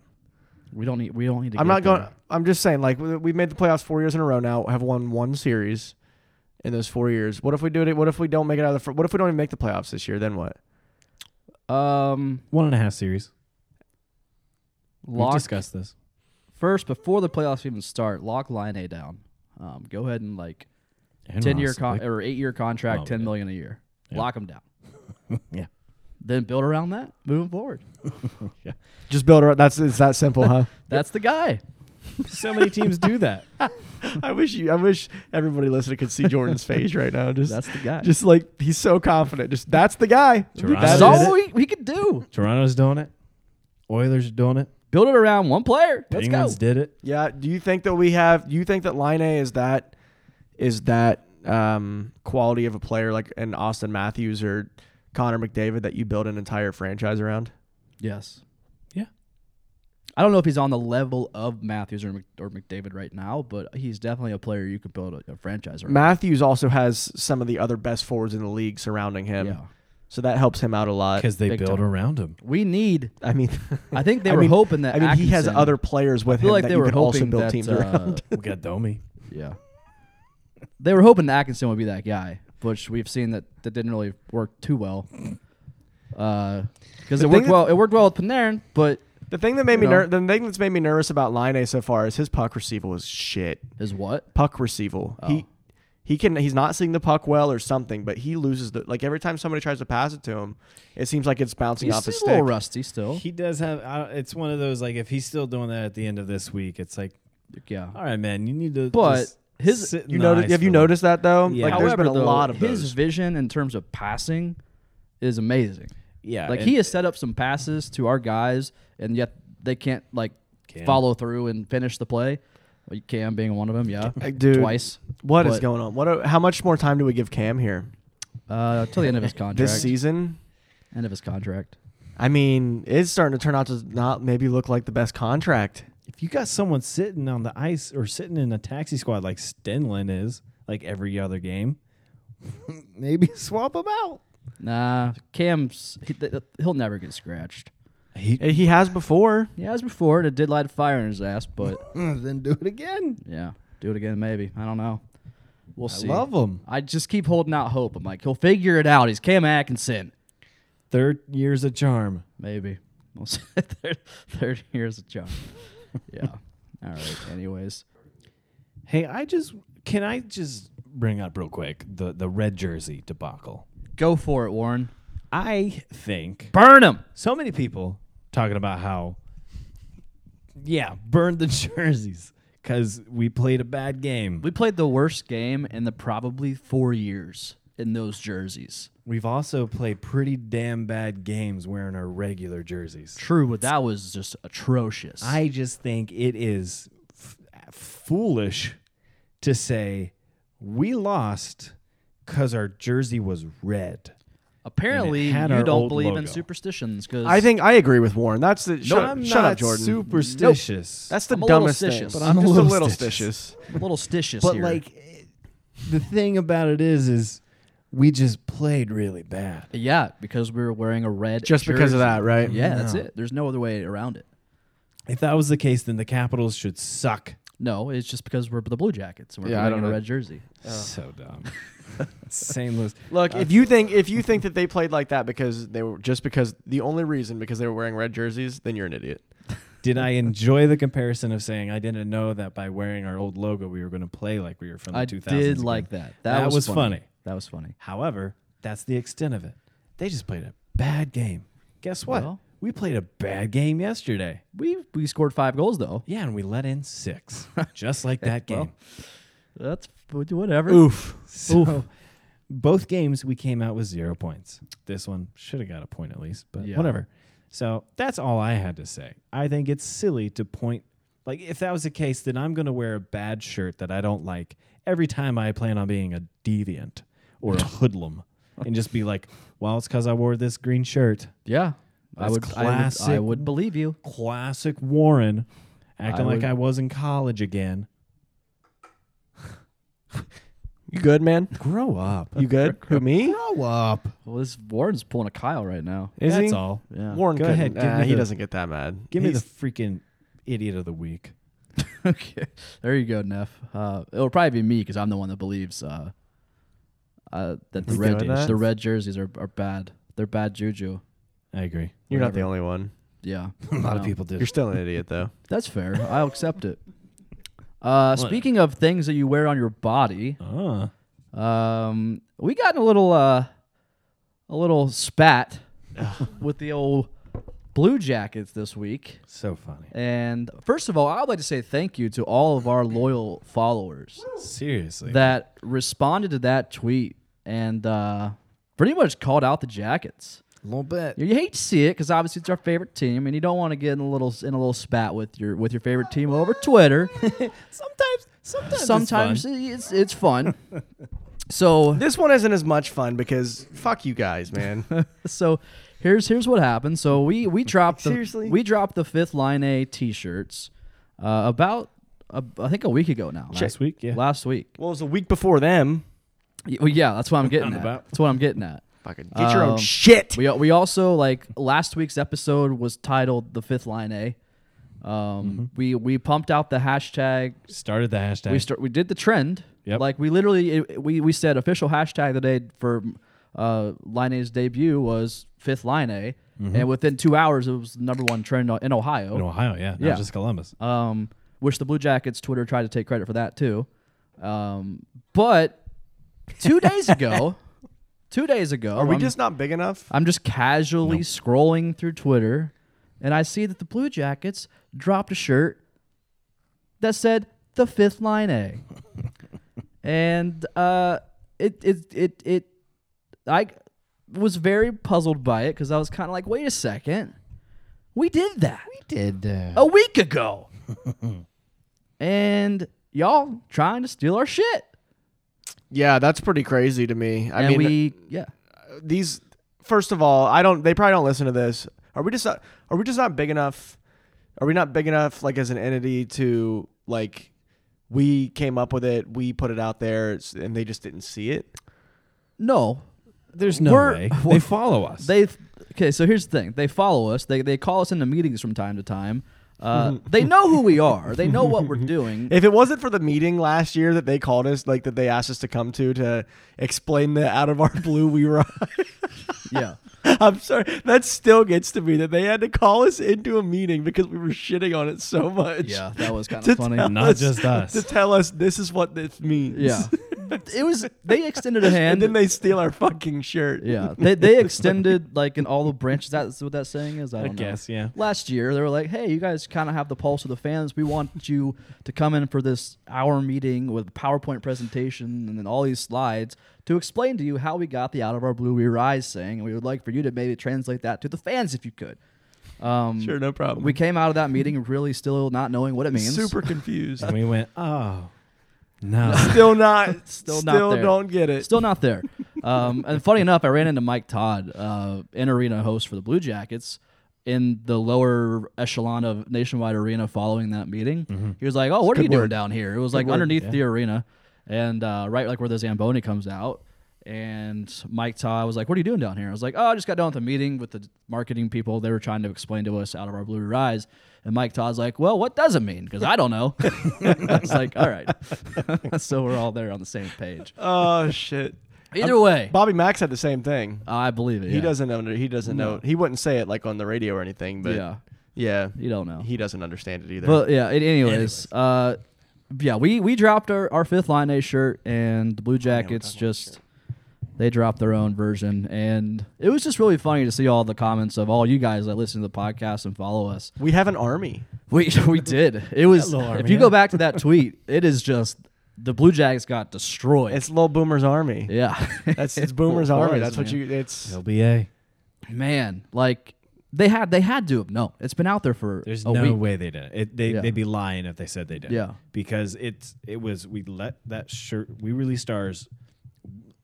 We don't need. We don't need to. I'm get not going. there. I'm just saying, like we- we've made the playoffs four years in a row now. Have won one series in those four years. What if we do it? What if we don't make it out of the? fir- What if we don't even make the playoffs this year? Then what? Um, One and a half series. lock We discussed this. first before the playoffs even start. Lock line A down. Um, go ahead and like And ten year Ross, con- like, or eight year contract, Well, ten yeah. million a year. Yeah. Lock them down. Yeah. Then build around that moving forward. Just build her. That's it's that simple, huh? That's the guy. so many teams do that. I wish you. I wish everybody listening could see Jordan's face right now. Just That's the guy. Just like he's so confident. Just that's the guy. Gerard. That's That is all we, we could do. Toronto's doing it. Oilers are doing it. Build it around one player. Let's Penguins go. did it. Yeah. Do you think that we have? Do you think that Line A is that? Is that um, quality of a player like an Austin Matthews or Connor McDavid that you build an entire franchise around? Yes. Yeah. I don't know if he's on the level of Matthews or, Mc, or McDavid right now, but he's definitely a player you could build a, a franchise around. Matthews also has some of the other best forwards in the league surrounding him, Yeah. so that helps him out a lot. Because they Big build time. around him. We need. I mean, I think they I were mean- hoping that. I mean, he has Atkinson- other players with I feel him like that they you were can hoping also build that, teams uh, around. We got Domi. Yeah. They were hoping that Atkinson would be that guy, which we've seen that that didn't really work too well. Because it thing worked that- well, it worked well with Panarin, but The thing that made me You know. ner- the thing that's made me nervous about Line A so far is his puck receival is shit. is what? Puck receival. He he can he's not seeing the puck well or something, but he loses the like every time somebody tries to pass it to him, it seems like it's bouncing He's off his still a little stick. rusty still. He does have. I it's one of those like if he's still doing that at the end of this week, it's like, yeah. all right, man, you need to. But just his- sit in You the noticed, ice have you for a noticed that though? Yeah. Like there's been a though, lot of his those. vision in terms of passing is amazing. little- Yeah, like and- he has set up some passes to our guys, and yet they can't like Cam. follow through and finish the play. Like, Cam being one of them, yeah, Uh, dude, twice. What is But, going on? What? Are, how much more time do we give Cam here uh, till the end of his contract? this season? End of his contract. I mean, it's starting to turn out to not maybe look like the best contract. If you got someone sitting on the ice or sitting in a taxi squad like Stenlin is, like every other game, maybe swap him out. Nah, Cam's he, th- he'll never get scratched. He, Eh, He has before. Yeah, as before, it did light a fire in his ass, but then do it again. yeah, do it again maybe. I don't know. We'll see. I love him. I just keep holding out hope. I'm like, he'll figure it out. He's Cam Atkinson. Third year's a charm. Maybe. We'll see. third, third year's a job. yeah. All right. Anyways, Hey, I just can I just bring up real quick the the red jersey debacle. go for it, Warren. I think Burn him. so many people talking about how yeah, burn the jerseys cuz we played a bad game. We played the worst game in the probably four years in those jerseys. We've also played pretty damn bad games wearing our regular jerseys. True, but that was just atrocious. I just think it is f- foolish to say we lost cuz our jersey was red. apparently and it had you our don't old believe in logo. superstitions because I think I agree with Warren. That's the shut, I'm shut not up, Jordan. superstitious. That's the I'm a little dumbest thing. stitious. But I'm a just little a little stitious. stitious. a little stitious But here. like it- the thing about it is is we just played really bad. yeah, because we were wearing a red. Just because jersey. of that, right? Yeah, that's it. There's no other way around it. If that was the case then the Capitals should suck. No, it's just because we're the Blue Jackets and we're Yeah, I wearing don't a know. red jersey. So dumb. St. Louis. Look, if you think if you think that they played like that because they were just because the only reason because they were wearing red jerseys, then you're an idiot. Did I enjoy the comparison of saying I didn't know that by wearing our old logo we were going to play like we were from the I 2000s? did again? like that. That, That was funny. That was funny. However, that's the extent of it. They just played a bad game. Guess what? Well- we played a bad game yesterday. We we scored five goals though. Yeah, and we let in six, just like that game. Well, That's whatever. Oof. So both games we came out with zero points. This one should have got a point at least, but Yeah. whatever. So that's all I had to say. I think it's silly to point like if that was the case, then I'm gonna wear a bad shirt that I don't like every time I plan on being a deviant or a hoodlum and just be like, Well, it's cause I wore this green shirt. Yeah, I That's would, I would- I would. classic. believe you. Classic Warren acting I like would- I was in college again. You good, man? Grow up. You good? Who me? Grow up. Well, this Warren's pulling a Kyle right now. Is that's he? all. Yeah. Warren, Go couldn't. ahead, give Nah, me he the- doesn't get that mad. Give me He's- the freaking idiot of the week. okay, there you go, Neff. Uh, it'll probably be me because I'm the one that believes uh, uh, that the You red doing that? the red jerseys are, are bad. They're bad juju. I agree. You're not the only one. Yeah, A lot of No. people do. You're still an idiot though. That's fair. I'll accept it. Uh, speaking of things that you wear on your body, Ah, Um, we got in a little uh, a little spat with the old Blue Jackets this week. so funny. And first of all, I'd like to say thank you to all of our loyal followers Seriously. that responded to that tweet and uh, pretty much called out the Jackets. little bit. You you hate to see it because obviously it's our favorite team, and you don't want to get in a little in a little spat with your with your favorite team over Twitter. Sometimes, sometimes, it's Sometimes fun. it's it's fun. So This one isn't as much fun because fuck you guys, man. so here's here's what happened. So we we dropped the Seriously? we dropped the fifth line A t-shirts uh, about uh, I think a week ago now. Last week, yeah. Last week. well, it was a week before them. Y- well, yeah, that's what I'm getting at. about. That's what I'm getting at. Fucking get your own Um, shit. We we also like last week's episode was titled the fifth line A. Um, we we pumped out the hashtag. Started the hashtag. We start we did the trend. Yep. Like we literally it, we we said official hashtag of the day for uh, Line A's debut was fifth Line A, and within two hours it was the number one trend in Ohio. in Ohio, yeah, Uh, not Yeah. just Columbus. Um, which the Blue Jackets Twitter tried to take credit for that too. Um, but two days ago, two days ago, Are we I'm- just not big enough? I'm just casually scrolling through Twitter, and I see that the Blue Jackets dropped a shirt that said "the fifth line A," and uh, it it it it I was very puzzled by it because I was kind of like, "Wait a second, we did that Did uh, a week ago, and y'all trying to steal our shit." Yeah, that's pretty crazy to me. I and mean, we yeah, these first of all, I don't they probably don't listen to this. Are we just not are we just not big enough? Are we not big enough like as an entity to like we came up with it, we put it out there it's- and they just didn't see it? no, There's no we're- way we're- they follow us. They okay. So here's the thing: they follow us. They they call us into meetings from time to time. Uh, they know who we are. They know what we're doing. If it wasn't for the meeting last year that they called us, like that they asked us to come to to explain the out of our blue we were yeah. I'm sorry. That still gets to me that they had to call us into a meeting because we were shitting on it so much. Yeah, that was kind To of funny. tell Not just us. To tell us this is what this means. Yeah, it was. They extended a hand. And then they steal our fucking shirt. yeah, they they extended like in all the branches. That's what that saying is. I, I don't know. guess, yeah. Last year they were like, "Hey, you guys kind of have the pulse of the fans. We want you to come in for this hour meeting with a PowerPoint presentation and then all these slides to explain to you how we got the out of our blue we rise saying, and we would like for you to maybe translate that to the fans if you could." Um, Sure, no problem. We came out of that meeting really still not knowing what it means. Mm-hmm. super confused. and we went, oh no, still not. Still still not there. don't get it. Still not there. Um, and funny enough, I ran into Mike Todd, uh, in arena host for the Blue Jackets, in the lower echelon of Nationwide Arena following that meeting. Mm-hmm. He was like, "Oh, what are you doing down here?" It was like underneath the arena, and uh, right like where the Zamboni comes out. And Mike Todd was like, "What are you doing down here?" I was like, "Oh, I just got done with a meeting with the marketing people. They were trying to explain to us out of our blue eyes." And Mike Todd's like, "Well, what does it mean?" Because I don't know. I was like, "All right." so we're all there on the same page. oh shit. Either way, Bobby Max had the same thing. I believe it. He Uh, yeah. doesn't know. He doesn't know. He wouldn't say it like on the radio or anything. But Yeah. yeah, yeah, You don't know. he doesn't understand it either. But yeah. It, anyways, uh, yeah, we we dropped our, our fifth line A shirt, and the Blue Jackets just they dropped their own version, and it was just really funny to see all the comments of all you guys that listen to the podcast and follow us. we have an army. We we did. It was. Hello, if you Armia. go back to that tweet, it is just the Blue Jackets got destroyed. It's Lil Boomer's army. yeah. That's it's Boomer's Well, Army. it is, That's what man. you. It's LBA. man. Like they had they had to have known. It's been out there for There's a no week. way they didn't. It, they Yeah. they'd be lying if they said they didn't. Yeah. because it's it was we let that shirt we released ours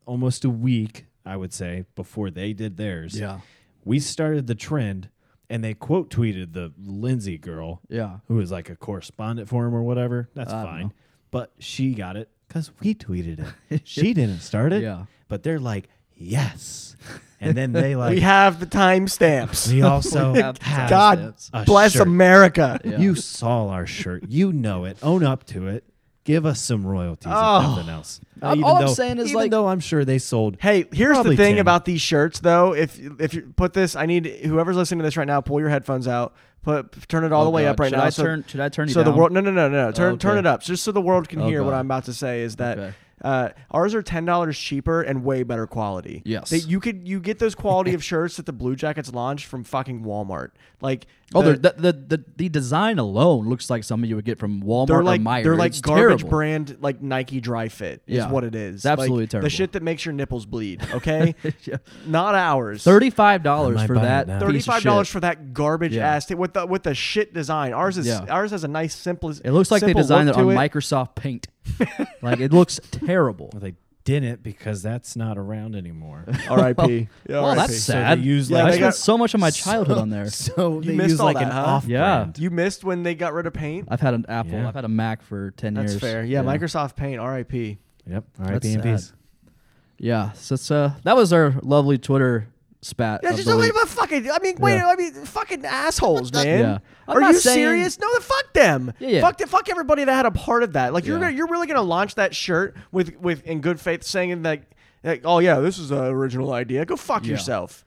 almost a week I would say before they did theirs. Yeah. we started the trend, and they quote tweeted the Lindsay girl. Yeah. who was like a correspondent for him or whatever. That's fine, but she got it because we tweeted it. she didn't start it. Yeah. but they're like yes, and then they like we have the timestamps. we also have have God a bless shirt. America. Yeah. You saw our shirt. You know it. Own up to it. Give us some royalties, Oh. if nothing else. Uh, all I'm saying is, even like- though I'm sure they sold. Hey, here's Probably the thing 10. about these shirts, though. If if you put this, I need whoever's listening to this right now, pull your headphones out, put turn it all Oh, the way God. up right Should now. I so turn- should I turn you so down? Oh, the world? No, no, no, no. no. Turn turn okay. it up, just so the world can Oh, hear what God. I'm about to say. Is that Okay. uh, ours are ten dollars cheaper and way better quality. Yes. That you could you get those quality of shirts that the Blue Jackets launched from fucking Walmart. Like Oh, the- they're- the, the the the design alone looks like something you would get from Walmart They're or like Meijer. they're like It's garbage terrible. brand like Nike Dry Fit is Yeah. what it is. It's absolutely Like, terrible. The shit that makes your nipples bleed. Okay, not ours. Thirty-five dollars I for buying that. it now? piece of Thirty-five dollars shit. for that garbage Yeah. ass t- with the with the shit design. Ours is Yeah. ours has a nice simple. It looks like they simple designed it look on to Microsoft Paint. like it looks terrible. Well, they didn't because that's not around anymore. R.I.P. Yeah, Well, R.I.p. that's So they sad. use, yeah, like, I they spent got- so much of my childhood on there. so You they missed use all like that, an huh? off Yeah. brand. You missed when they got rid of paint. I've had an Apple. Yeah. I've had a Mac for ten That's years. fair. Yeah, Microsoft Paint. R.I.P. Yep. All That's right, sad. Yeah, so it's, uh, that was our lovely Twitter spat. Yeah, of just the a week. little bit of fucking. I mean, wait. Yeah. I mean, fucking assholes, man. Yeah. I'm Are not you saying- serious? No, then fuck them. Yeah, yeah. Fuck the, fuck everybody that had a part of that. Like you're Yeah. gonna, you're really gonna launch that shirt with with in good faith saying that, like, oh yeah, this is an original idea. Go fuck yourself,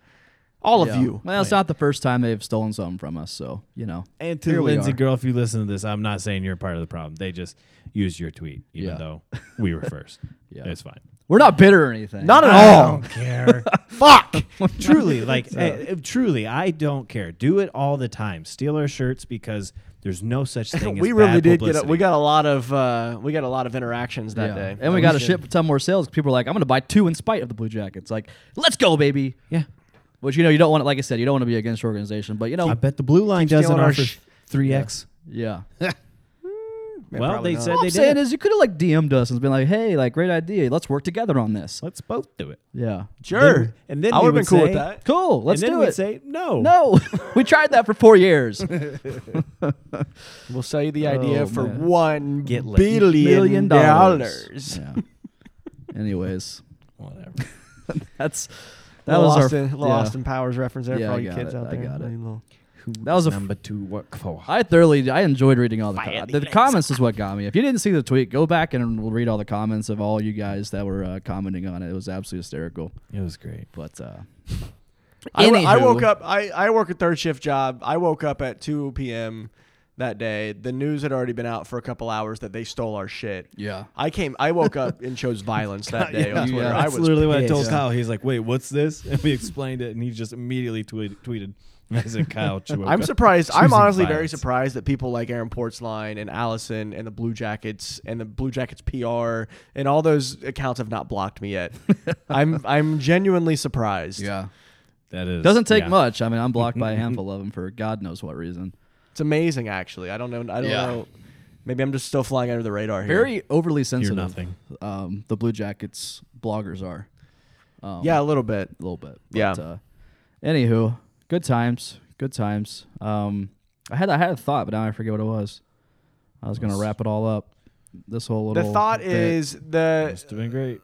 all Yeah. of you. Well, it's not the first time they've stolen something from us, so you know. And to Here the we Lindsay are. girl, if you listen to this, I'm not saying you're part of the problem. They just used your tweet, even Yeah. though we were first. Yeah. It's fine. We're not bitter or anything. Not at all. care. Fuck. Oh. truly, like eh, eh, truly, I don't care. Do it all the time. Steal our shirts because there's no such thing. we as really bad did get. A, publicity. we got a lot of uh, we got a lot of interactions that Yeah. day, And we got to should- ship ton more sales. People are like, I'm going to buy two in spite of the Blue Jackets. Like, let's go, baby. yeah. Which, you know, you don't want to, like I said, you don't want to be against your organization, but, you know, I bet the blue line doesn't stealing our offer sh- three x. yeah. Yeah, Well, probably they not. said All they I'm saying did. it. is you could have, like, DM'd us and been like, hey, like, great idea. Let's work together on this. Let's both do it. Yeah. sure. Then- and then I we would've been would cool with say- that. Cool. Let's and then do we'd it. Say no. no, we tried that for four years. We'll sell you the idea Oh, for man. one Get lit. billion Million dollars. dollars. Yeah. Anyways, Whatever. that's that That was was Austin, our little yeah. Austin Powers reference there Yeah, for all I you got kids it. out I there. got it. Funny little- That was a f- number two work for. I thoroughly, I enjoyed reading all the Fire com- the the legs comments is what got me. If you didn't see the tweet, go back and we'll read all the comments of all you guys that were uh, commenting on it. It was absolutely hysterical. It was great. But uh, I, w- I Anywho. woke up. I, I work a third shift job. I woke up at 2 p.m. that day. The news had already been out for a couple hours that they stole our shit. yeah, I came. I woke up and chose violence that day yeah. on Twitter. Yeah, I That's was literally what I pissed. told Kyle. He's like, "Wait, what's this?" And we explained it, and he just immediately tweet, tweeted. I said, "Kyle, Chihuahua." I'm surprised. I'm Choosing honestly very violence. surprised that people like Aaron Portsline and Allison and the Blue Jackets and the Blue Jackets PR and all those accounts have not blocked me yet. I'm I'm genuinely surprised. yeah. That is Doesn't take yeah. much. I mean, I'm blocked by a handful of them for God knows what reason. It's amazing, actually. I don't know. I don't Yeah. know. Maybe I'm just still flying under the radar here. Very overly sensitive. nothing. Um, the Blue Jackets bloggers are Um, yeah, a little bit. a little bit. Yeah. Uh, anywho, good times. Good times. Um, I had I had a thought, but now I forget what it was. I was gonna wrap it all up. This whole The little thought bit. is the Must have been great.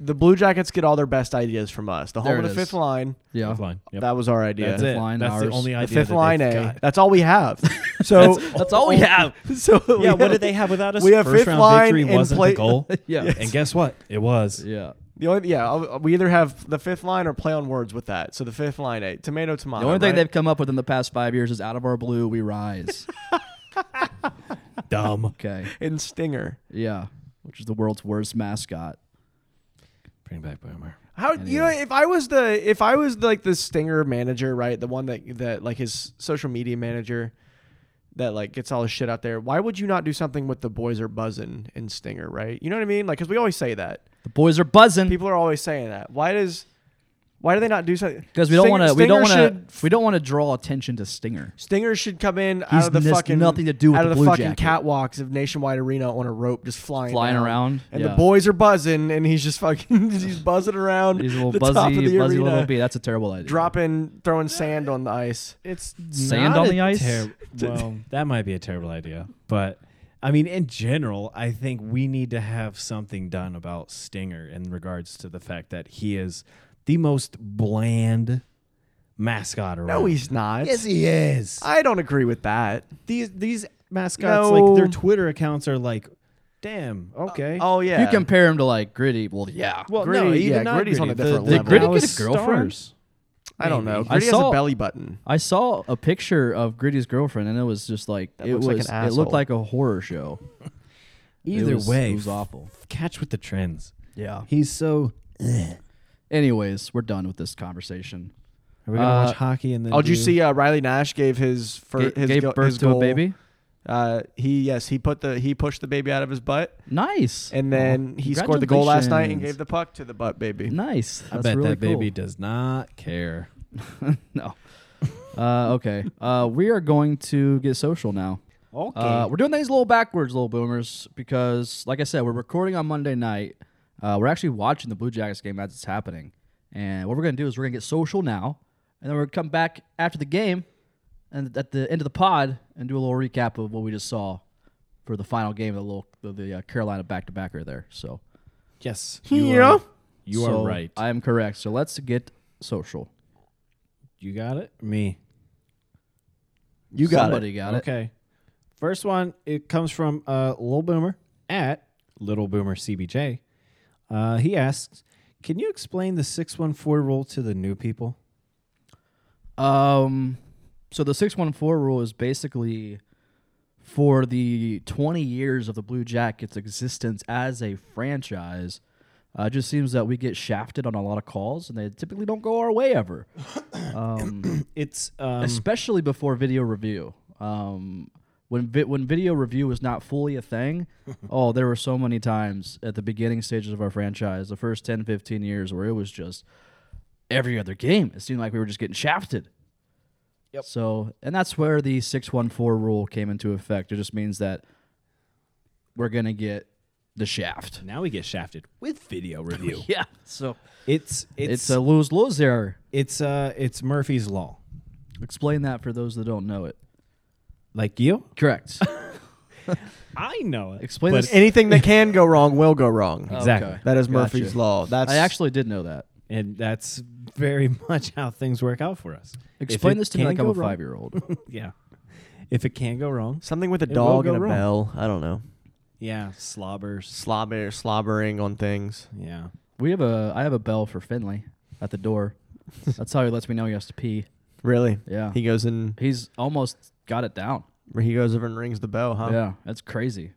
the Blue Jackets get all their best ideas from us. The home There of it the is. fifth line. yeah. Fifth line. Yep. That was our idea. That's fifth it. line, That's the ours. only The idea. The fifth that line they've A. got. Oh. That's all we have. So That's all we have. So we Yeah. What have- did they have without us? we have First fifth round line victory and wasn't play- the goal. Yeah. And guess what? It was. Yeah. The only yeah, I'll- we either have the fifth line or play on words with that. So the fifth line, a tomato tomato. The only thing right? they've come up with in the past five years is out of our blue we rise. Dumb. okay. and stinger. Yeah. Which is the world's worst mascot. Bring back Boomer. How you know if I was the if I was like the stinger manager, right? The one that that like his social media manager that like gets all his shit out there. Why would you not do something with the boys are buzzing and stinger, right? You know what I mean? Like cuz we always say that. The boys are buzzing People are always saying that. Why does why do they not do something? because we don't Stinger- want to. We don't want Stinger should- to. We don't want to draw attention to Stinger. Stinger should come in He's- out of the there's fucking nothing to do with out of the the, Blue fucking Jacket. catwalks of Nationwide Arena on a rope, just flying Flying down. around, and yeah. the boys are buzzing, and he's just fucking he's buzzing around He's a little the buzzy, top of the buzzy arena, little bee. That's a terrible idea. dropping, throwing sand on the ice. It's Sand not on a the ice? terri- well, that might be a terrible idea, but I mean, in general, I think we need to have something done about Stinger in regards to the fact that he is the most bland mascot around. No, he's not. yes, he is. I don't agree with that. these these mascots, No. like their Twitter accounts, are like, damn, okay. Oh yeah, You compare him to like Gritty. Well, yeah. well, no, Gritty- even yeah, not Gritty's on a Gritty. different the, level. Did Gritty Dallas get a girlfriend? Stars. I don't know. maybe. I Gritty has saw- a belly button. I saw a picture of Gritty's girlfriend, and it was just like it looks like was. an it looked asshole. like a horror show. It Either was- way, it was awful. catch with the trends. Yeah. He's so. Anyways, we're done with this conversation. Are we gonna Uh, watch hockey and then? Oh, did you do- see uh, Riley Nash gave his for Ga- his gave go- birth his to goal. a baby. Uh, he yes, he put the he pushed the baby out of his butt, Nice. and then he scored the goal last night and Congratulations. gave the puck to the butt baby. nice. That's I bet really that baby cool. does not care. no. Uh, okay. Uh, we are going to get social now. Okay. Uh, we're doing things a little backwards, little boomers, because, like I said, we're recording on Monday night. Uh, we're actually watching the Blue Jackets game as it's happening. And what we're going to do is we're going to get social now, and then we're going to come back after the game and at the end of the pod and do a little recap of what we just saw for the final game of the, little, of the uh, Carolina back to backer there. So yes. Yeah. You so um, are right. I am correct. So let's get social. You got it? Me. You got Somebody it. got it. okay. First one, it comes from uh, Lil Boomer at Little Boomer CBJ. Uh, he asks, "Can you explain the six one four rule to the new people?" Um, so the six one four rule is basically for the twenty years of the Blue Jackets' existence as a franchise. Uh, it just seems that we get shafted on a lot of calls, and they typically don't go our way ever, It's um, especially before video review. Um, when vi- when video review was not fully a thing, oh, there were so many times at the beginning stages of our franchise, the first 10, 15 years, where it was just every other game. It seemed like we were just getting shafted. Yep. So, and that's where the 614 rule came into effect. It just means that we're going to get the shaft. now we get shafted with video review. Yeah. So it's it's it's, a lose lose error. it's uh it's Murphy's law. Explain that for those that don't know it. Like you, Correct. I know it. Explain but this- Anything that can go wrong will go wrong. Exactly. Okay. That is Gotcha. Murphy's law. That's I actually did know that. and that's very much how things work out for us. If Explain it this to me can like I'm go a wrong- five year old. Yeah, if it can go wrong, something with a will dog go and a wrong. bell. I don't know. yeah, slobbers. Slobber, slobbering on things. Yeah, We have a I have a bell for Finley at the door. That's how he lets me know he has to pee. Really? Yeah. He goes in. He's almost got it down. He goes over and rings the bell, huh? Yeah, that's crazy.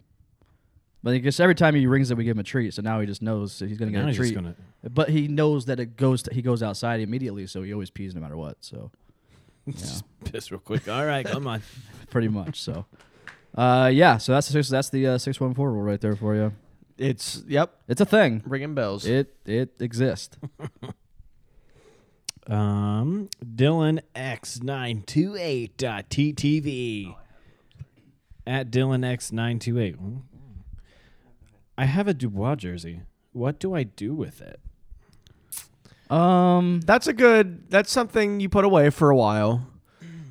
But I guess every time he rings it, we give him a treat. So now he just knows that he's gonna get Now a he's just treat. gonna- But he knows that it goes. To, he goes outside immediately, so he always pees no matter what. So just piss real quick. All right, come on. pretty much. So, uh, yeah. So that's the six, that's the uh, six one four rule right there for you. It's yep. It's a thing. Ringing bells. It it exists. Um, Dylan X928.ttv at Dylan X928. Mm. I have a Dubois jersey. What do I do with it? Um, That's a good. That's something you put away for a while,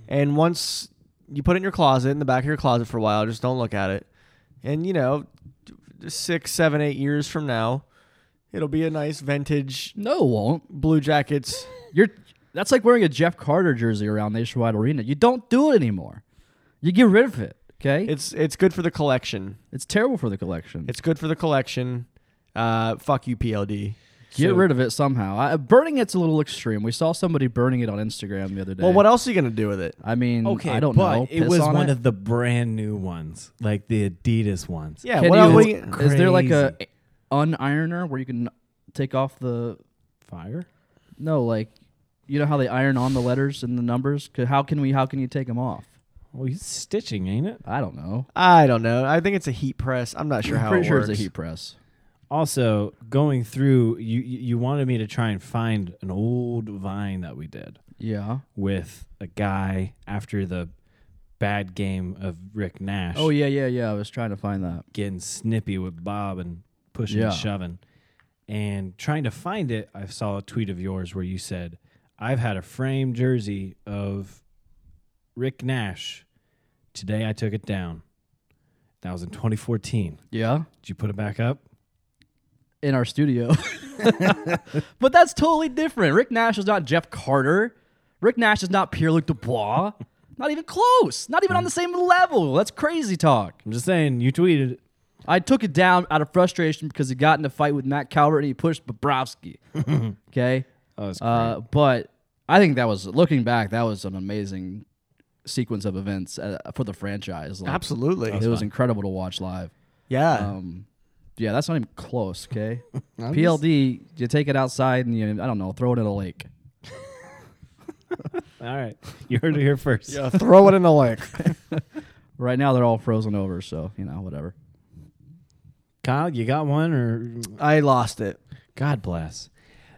and once you put it in your closet, in the back of your closet for a while, just don't look at it. And you know, six, seven, eight years from now, it'll be a nice vintage no, it won't. Blue Jackets. You're that's like wearing a Jeff Carter jersey around Nationwide Arena. You don't do it anymore. You get rid of it. Okay, it's, It's it's good for the collection. terrible for the collection. It's good for the collection. Uh, fuck you, PLD. get rid of it somehow. I, burning it's a little extreme. We saw somebody burning it on Instagram the other day. Well, what else are you gonna do with it? I mean, Mm, I don't but know. it Piss was on one it? of the brand new ones, like the Adidas ones. Yeah. Can what else? you- What are you, is there like a unironer where you can take off the fire? no like you know how they iron on the letters and the numbers? 'Cause How can we? How can you take them off? Well, he's stitching, ain't it? I don't know. I don't know. I think it's a heat press. I'm not sure how. I'm pretty it sure works. it's a heat press. Also, going through, you you you wanted me to try and find an old vine that we did. Yeah. with a guy after the bad game of Rick Nash. Oh yeah, yeah, yeah. I was trying to find that. Getting snippy with Bob and pushing Yeah. and shoving. And trying to find it, I saw a tweet of yours where you said, I've had a framed jersey of Rick Nash. Today I took it down. That was in 2014. Yeah. Did you put it back up? in our studio. but that's totally different. Rick Nash is not Jeff Carter. Rick Nash is not Pierre Luc Dubois. Not even close. Not even on the same level. That's crazy talk. I'm just saying, you tweeted it. I took it down out of frustration because he got in a fight with Matt Calvert and he pushed Bobrovsky. okay. Oh, it's Uh, but I think that was, looking back, that was an amazing sequence of events uh, for the franchise. Like, Absolutely. It was incredible to watch live. yeah. Um, yeah, that's not even close. Okay, PLD, you take it outside and you, I don't know, throw it in a lake. All right. You heard it here first. yeah. Throw it in the lake. Right now, they're all frozen over, so you know, whatever. Kyle, you got one or I lost it. God bless.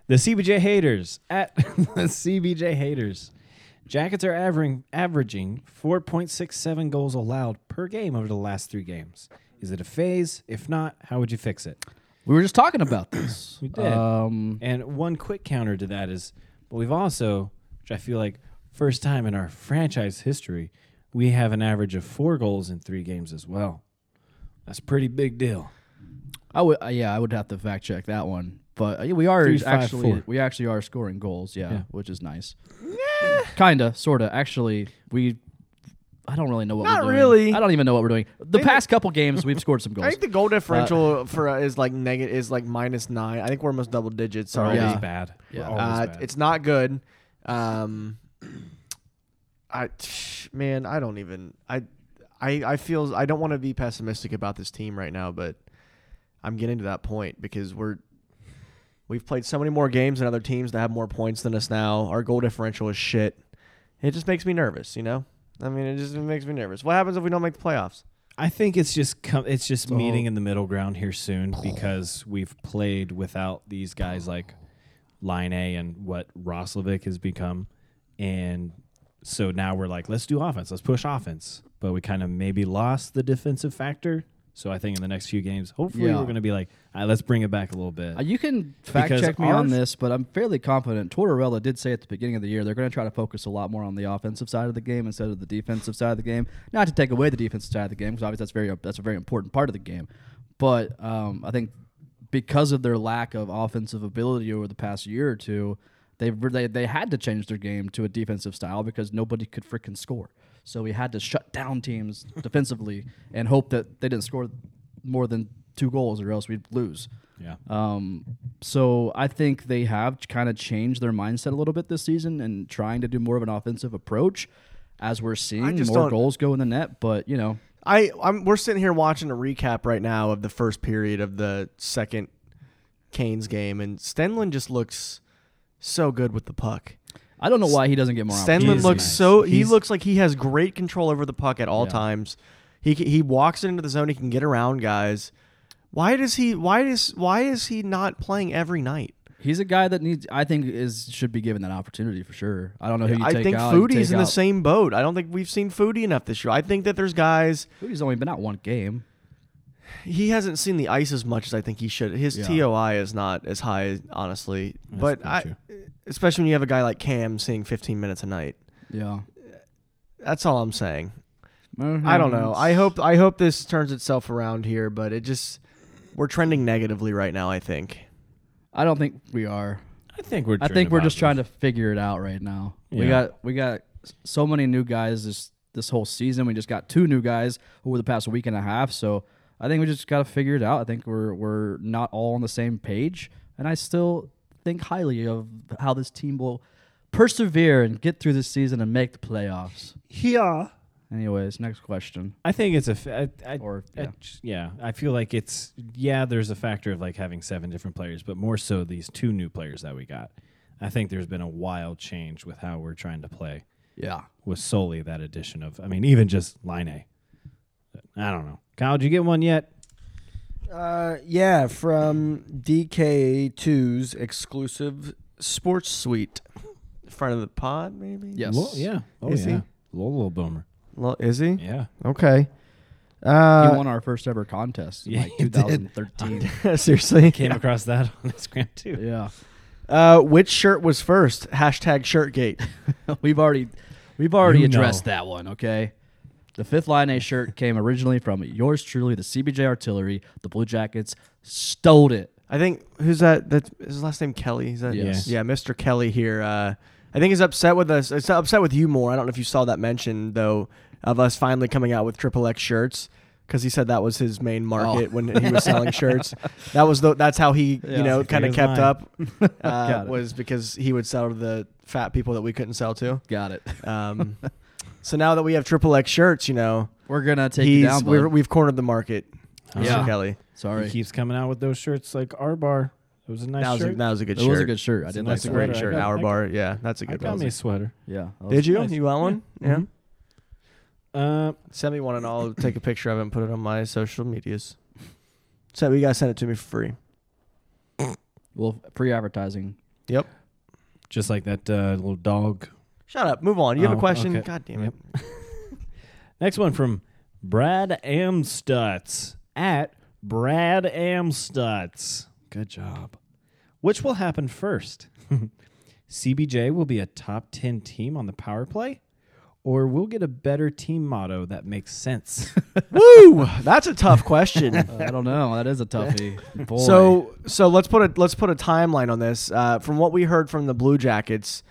The CBJ haters at the CBJ haters. Jackets are averaging averaging 4.67 goals allowed per game over the last three games. Is it a phase? If not, how would you fix it? We were just talking about this. We did. Um, And one quick counter to that is, but we've also, which I feel like first time in our franchise history, we have an average of four goals in three games as well. That's a pretty big deal. I would, uh, yeah, I would have to fact check that one. But uh, we are Three, five, actually four. we actually are scoring goals, yeah, Yeah. which is nice. Kinda, sorta. Actually, we I don't really know what Not we're doing. really. I don't even know what we're doing. The They- past couple games, we've scored some I goals. think the goal differential for uh, is like negative is like minus nine. I think we're almost double digits. We're already. yeah. always bad. We're Yeah. always Uh, bad. it's not good. Um, I, man, I don't even. I, I, I feel I don't want to be pessimistic about this team right now, but I'm getting to that point because we're we've played so many more games than other teams that have more points than us now. Our goal differential is shit. It just makes me nervous, you know. I mean, it just it makes me nervous. What happens if we don't make the playoffs? I think it's just com- it's just So- meeting in the middle ground here soon because we've played without these guys like Line A and what Roslovic has become, and so now we're like, let's do offense, let's push offense, but we kind of maybe lost the defensive factor. So I think in the next few games, hopefully Yeah. we're going to be like, all right, let's bring it back a little bit. Uh, you can fact Because check me on ours- this, but I'm fairly confident. Tortorella did say at the beginning of the year they're going to try to focus a lot more on the offensive side of the game instead of the defensive side of the game. Not to take away the defensive side of the game, because obviously that's very that's a very important part of the game. But um, I think because of their lack of offensive ability over the past year or two, they've re- they, they had to change their game to a defensive style because nobody could freaking score. So we had to shut down teams defensively and hope that they didn't score more than two goals or else we'd lose. yeah, Um, so I think they have kind of changed their mindset a little bit this season and trying to do more of an offensive approach as we're seeing just more don't- goals go in the net. But, you know, I I'm, we're sitting here watching a recap right now of the first period of the second Canes game, and Stenlin just looks so good with the puck. I don't know why he doesn't get more He Stenlin opportunities. is looks nice. so he He's- looks like he has great control over the puck at all Yeah. times. He ca- he walks into the zone. He can get around guys. Why does he? Why does? Why is he not playing every night? He's a guy that needs, I think, is should be given that opportunity for sure. I don't know who you I take think out. you Foodie's take in the out- same boat. I don't think we've seen Foodie enough this year. I think that there's guys Foodie's only been out one game. he hasn't seen the ice as much as I think he should. His Yeah. TOI is not as high, honestly. but not I, true. especially when you have a guy like Cam seeing 15 minutes a night. Yeah. That's all I'm saying. Mm-hmm. I don't know. I hope I hope this turns itself around here, but it just we're trending negatively right now. I think. I don't think we are. I think we're. I think we're just trying to figure it out right now. We Yeah. got we got so many new guys this this whole season. We just got two new guys over the past week and a half. So I think we just got to figure it out. I think we're we're not all on the same page, and I still think highly of how this team will persevere and get through this season and make the playoffs. Yeah. Anyways, next question. I think it's a. F- I, I, Or, I yeah. j- yeah. I feel like it's yeah. There's a factor of like having seven different players, but more so these two new players that we got. I think there's been a wild change with how we're trying to play Yeah. with solely that addition of. I mean, even just line A. I don't know. Kyle, did you get one yet? Uh, yeah, from DK2's exclusive Sports Suite, front of the pod, maybe. Yes. Well, yeah. Oh Is he? yeah. Lolo Boomer. Well, is he? Yeah. Okay. He Uh, won our first ever contest in Yeah, like he did. 2013. seriously. Came across that on Instagram too. yeah. Uh, which shirt was first? Hashtag Shirtgate. we've already we've already You know. addressed that one, okay? The fifth line A shirt came originally from yours truly, the CBJ Artillery. The Blue Jackets stole it. I think who's that? That's is his last name Kelly. Is that Yes. yeah, Mr. Kelly here. Uh, I think he's upset with us. It's upset with you more. I don't know if you saw that mention though of us finally coming out with triple X shirts because he said that was his main Oh. market when he was selling shirts. That was the that's how he Yeah. you know Here's kind of kept mine. up uh, Got it. was because he would sell to the fat people that we couldn't sell to. Got it. Um, so now that we have triple X shirts, you know, We're gonna take he's you down, we're, bud. we've cornered the market. Mr. Yeah. Kelly. Sorry, Oh, He keeps coming out with those shirts like our bar. It was a nice That was, a, shirt. that was a good it shirt. was a good shirt. I did like That's That's a a that. great great shirt. shirt. I got- Hour I- bar. Yeah, that's a I good got one. me a sweater. Yeah. that was- Did you? nice. You want one? Yeah. Mhm. Uh, Send me one and I'll take a picture of it and put it on my social medias. So you gotta send it to me for free. Well, free advertising. Yep. just like that uh, little dog Shut up. Move on. You have Oh, a question? okay. God damn it. Yep. Next one from Brad Amstutz at Brad Amstutz. Good job. Which will happen first? CBJ will be a top 10 team on the power play, or we'll get a better team motto that makes sense. Woo! That's a tough question. I don't know. That is a toughie. Uh, Boy. So so let's put a let's put a timeline on this. Uh, from what we heard from the Blue Jackets,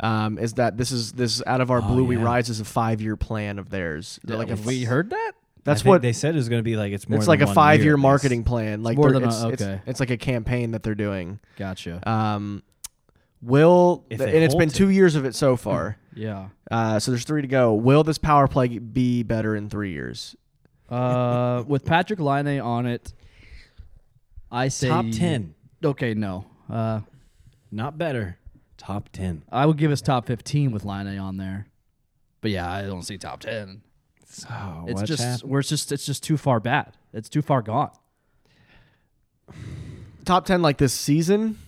um, is that this is this is out of our Blue We yeah. Rise is a five year plan of theirs. They're like a have we f- heard that? I that's think what they said is going to be like it's more. it's than like a one five year at least. marketing plan. Like more they're- than a- it's, it's- okay. it's like a campaign that they're doing. Gotcha. Um, will If th- they and it's been hold to two years of it so far. yeah. Uh, so there's three to go. Will this power play be better in three years? Uh, with Patrick Line on it, I say Top ten, Okay, no. Uh, not better. Top ten. I would give us top fifteen with Line on there, but yeah, I don't see top ten. So It's what's just happened? we're just it's just too far bad. It's too far gone. Top ten like this season?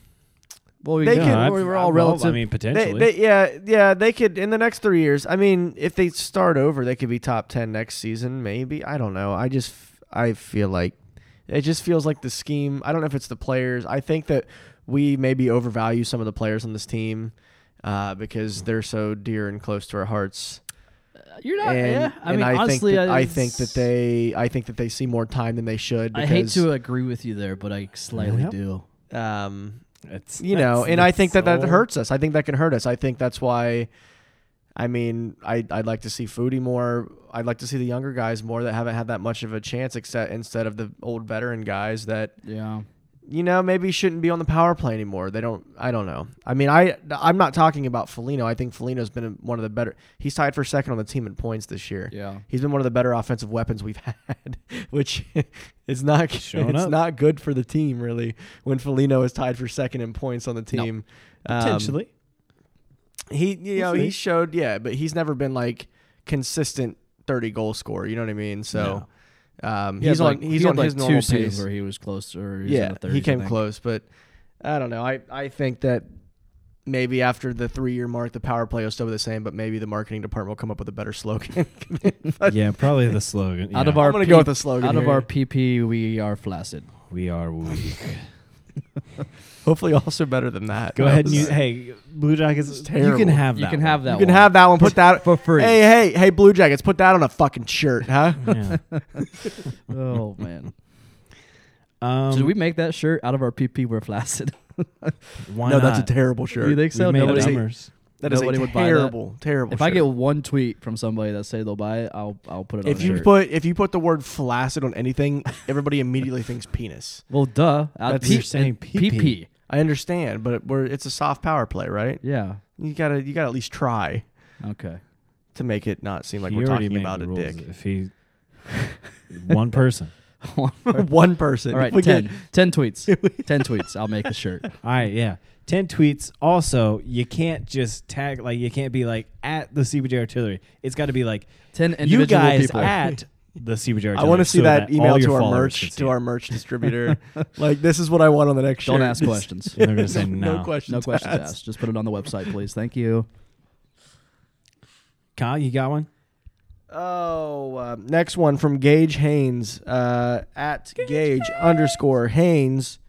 Well, we, They no, can- I- I'd- we were I'd all hope- relative. I mean, They, potentially. they, yeah, yeah, they could in the next three years. I mean, if they start over, they could be top ten next season. Maybe I don't know. I just f- I feel like it just feels like the scheme. I don't know if it's the players. I think that we maybe overvalue some of the players on this team uh, because they're so dear and close to our hearts. You're not. And, yeah. I and mean, honestly, think that, I, I think that they I think that they see more time than they should. I Because, hate uh, to agree with you there, but I slightly Yep. do. um, It's- you know, that's- and I think that that so- hurts us. I think that can hurt us. I think that's why. I mean, I I'd like to see Foodie more. I'd like to see the younger guys more that haven't had that much of a chance, except instead of the old veteran guys that Yeah. you know maybe shouldn't be on the power play anymore. They don't. I don't know. I mean, I I'm not talking about Felino. I think Felino's been one of the better. He's tied for second on the team in points this year. Yeah. He's been one of the better offensive weapons we've had, which is not Showing it's up. not good for the team really. When Felino is tied for second in points on the No. team, Um, potentially. he you know We'll see. he showed yeah, but he's never been like consistent thirty goal scorer. You know what I mean? So um, He he's had, on like- he's he had, on like his two normal seasons pace. where he was closer. He was in yeah, the 30s, he I came think. close, but I don't know. I I think that. Maybe after the three-year mark, the power play will still be the same, but maybe the marketing department will come up with a better slogan. Um, yeah, probably the slogan. Out yeah. of our I'm gonna go with P- a slogan Out of here. our PP, we are flaccid. we are weak. Hopefully, also better than that. Go That ahead and was- use. Hey, Blue Jackets, terrible. you can have that. You can one. have that. You can one. have that one. Put that for free. Hey, hey, hey, Blue Jackets, put that on a fucking shirt, huh? Yeah. Oh man. Um, Should we make that shirt out of our PP? We're flaccid. Why no, not? that's a terrible shirt. You think We so? made Nobody- numbers. that is a nobody terrible, would buy that. terrible. If I shirt. get one tweet from somebody that say they'll buy it, I'll I'll put it on. if a you shirt. put if you put the word flaccid on anything, everybody immediately thinks penis. well, duh. out That's- pee- you're saying and PP. PP. I understand, but it- we're, it's a soft power play, right? Yeah. You gotta you gotta at least try Okay. to make it not seem like He we're already talking made about the a rules. dick. If he, one person. All One person. right. If we ten. get- Ten tweets. ten tweets. I'll make the shirt. All right, yeah. 10 tweets. Also, you can't just tag, like, you can't be like at the CBJ Artillery. It's got to be like Ten you individual guys people. at the CBJ Artillery. I want to see so that, all email your to our followers merch can see to it. our merch distributor. like this is what I want on the next shirt. Don't ask This- questions. And they're going to say no. No questions. No questions asked. Just put it on the website, please. Thank you. Kyle, you got one? Oh, uh, next one from Gage Haynes uh, at Gage, underscore Haynes.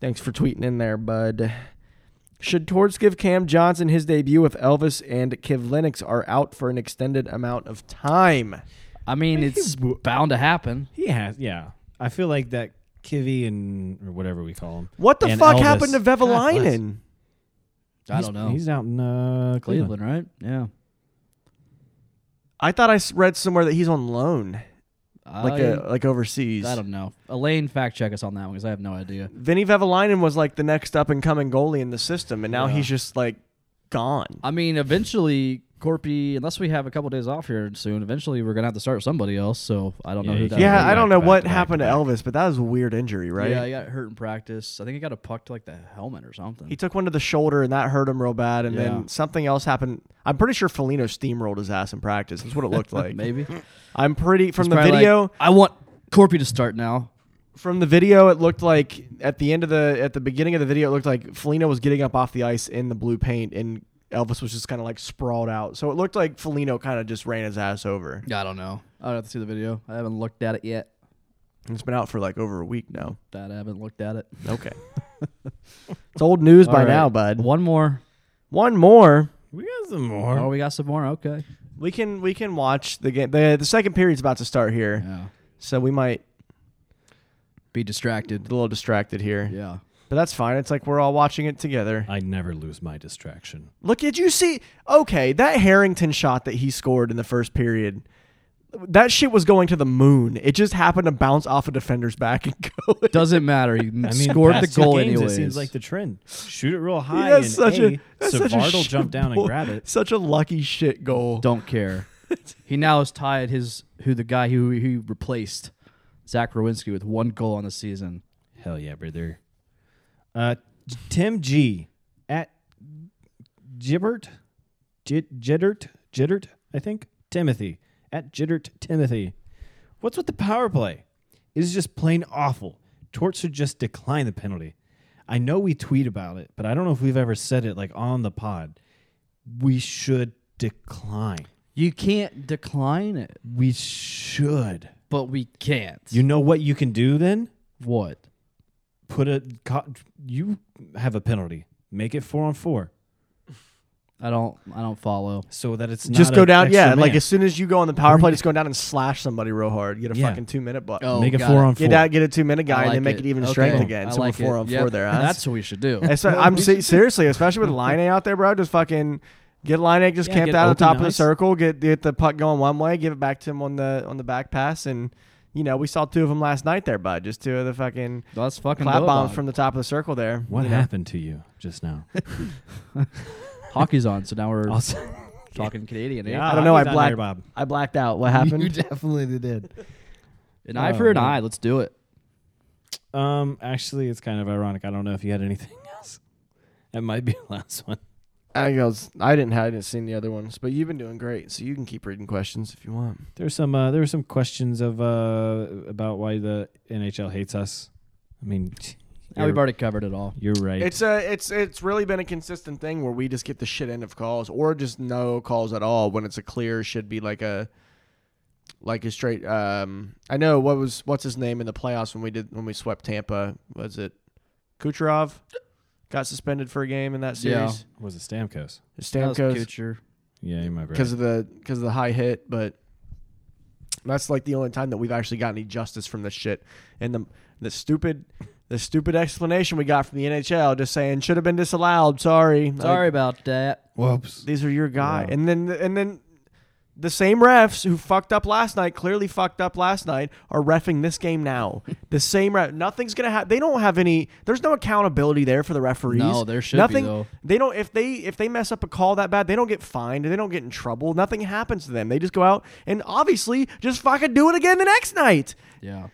Thanks for tweeting in there, bud. Should Torts give Cam Johnson his debut if Elvis and Kiv Lennox are out for an extended amount of time? I mean, it's bound to happen. He has, yeah. I feel like that Kivy and, or whatever we call him. What the and fuck Elvis- happened to God bless. Vevelainen? I He's- don't know. He's out in uh, Cleveland. Cleveland, right? Yeah. I thought I s- read somewhere that he's on loan, I, like uh like overseas. I don't know. Elaine, fact check us on that one because I have no idea. Vinny Vevelainen was like the next up and coming goalie in the system, and now Yeah. he's just like gone. I mean, eventually, Corpy, unless we have a couple days off here soon, eventually we're gonna have to start somebody else. So I don't Yeah, know who you that. can't would Yeah, be. back I don't to know back what to back happened to to back. Elvis, but that was a weird injury, right? Yeah, he got hurt in practice. I think he got a puck to like the helmet or something. He took one to the shoulder and that hurt him real bad, and Yeah. then something else happened. I'm pretty sure Felino steamrolled his ass in practice. That's what it looked like. Maybe I'm pretty from He's the probably like, video. I want Corpy to start now. from the video, it looked like at the end of the at the beginning of the video, it looked like Felino was getting up off the ice in the blue paint, and Elvis was just kind of like sprawled out. So it looked like Felino kind of just ran his ass over. I don't know. I would have to see the video. I haven't looked at it yet. It's been out for like over a week now. That I haven't looked at it. Okay, it's old news by All right. now, bud. One more. One more. We got some Oh, more. we got some more. Okay. We can we can watch the game. the The second period's about to start here, Yeah. so we might Be be distracted. a little distracted here. Yeah. But that's fine. It's like we're all watching it together. I never lose my distraction. Look, did you see? Okay, that Harrington shot that he scored in the first period. That shit was going to the moon. It just happened to bounce off a defender's back and go. in. Doesn't matter. You I mean, scored the past two goal games, anyways. It seems like the trend. Shoot it real high That's and such a, a- that's such a Savard will shit jump down goal. and grab it. Such a lucky shit goal. Don't care. he now is tied his who the guy who he replaced Zach Rowinski with one goal on the season. Hell yeah, brother. Uh, Tim G at Gibbert, J- Jittert, Jittert, I think. Timothy at Jittert Timothy. What's with the power play? It is just plain awful. Torts should just decline the penalty. I know we tweet about it, but I don't know if we've ever said it like on the pod. We should decline. You can't decline it, We should. but we can't. You know what you can do then? what? put a co- you have a penalty. Make it four on four I don't. I don't follow. so that it's just not go a down. extra Yeah, man. like as soon as you go on the power play, just go down and slash somebody real hard. Get a Yeah. fucking two minute buck. Oh, make it got four it. on Get four. out, get a two minute guy, I and then like make it, even Okay. strength again. I so like we're four it. on Yep. four there. Huh? That's what we should do. That's what- I'm se- seriously, especially with line A out there, bro. Just fucking get line A just Yeah, camped get out at the open top of the ice. circle. Get get the puck going one way. Give it back to him on the on the back pass, and you know we saw two of them last night there, bud. Just two of the fucking Let's fucking clap go bombs about from the top of the circle there. What you know? happened to you just now? it. hockey's on, so now we're Also, talking Canadian. eh? I don't know, I He's out blacked- there, Bob. I blacked out. What happened? Oh, definitely did. An eye for an man. eye. Let's do it. Um, actually, it's kind of ironic. I don't know if you had anything else. That might be the last one. I goes. I didn't. I didn't see the other ones, but you've been doing great, so you can keep reading questions if you want. There's some. Uh, there were some questions of uh about why the NHL hates us. I mean, Now we've already covered it all. you're right. It's a it's it's really been a consistent thing where we just get the shit end of calls or just no calls at all when it's a clear should be like a like a straight um I know what was what's his name in the playoffs when we did when we swept Tampa was it Kucherov got suspended for a game in that Yeah. series was it Stamkos? That was Stamkos Kuchar. Yeah, you might be right. because of the because of the high hit but that's like the only time that we've actually got any justice from this shit and the the stupid the stupid explanation we got from the NHL just saying should have been disallowed sorry Like, Sorry about that. Whoops. these are your guy. Yeah. And then and then the same refs who fucked up last night, clearly fucked up last night, are refing this game now. the same ref. Nothing's gonna happen. They don't have any. There's no accountability there for the referees. No, there should be, nothing. though. They don't. If they if they mess up a call that bad, they don't get fined. They don't get in trouble. Nothing happens to them. They just go out and obviously just fucking do it again the next night. Yeah.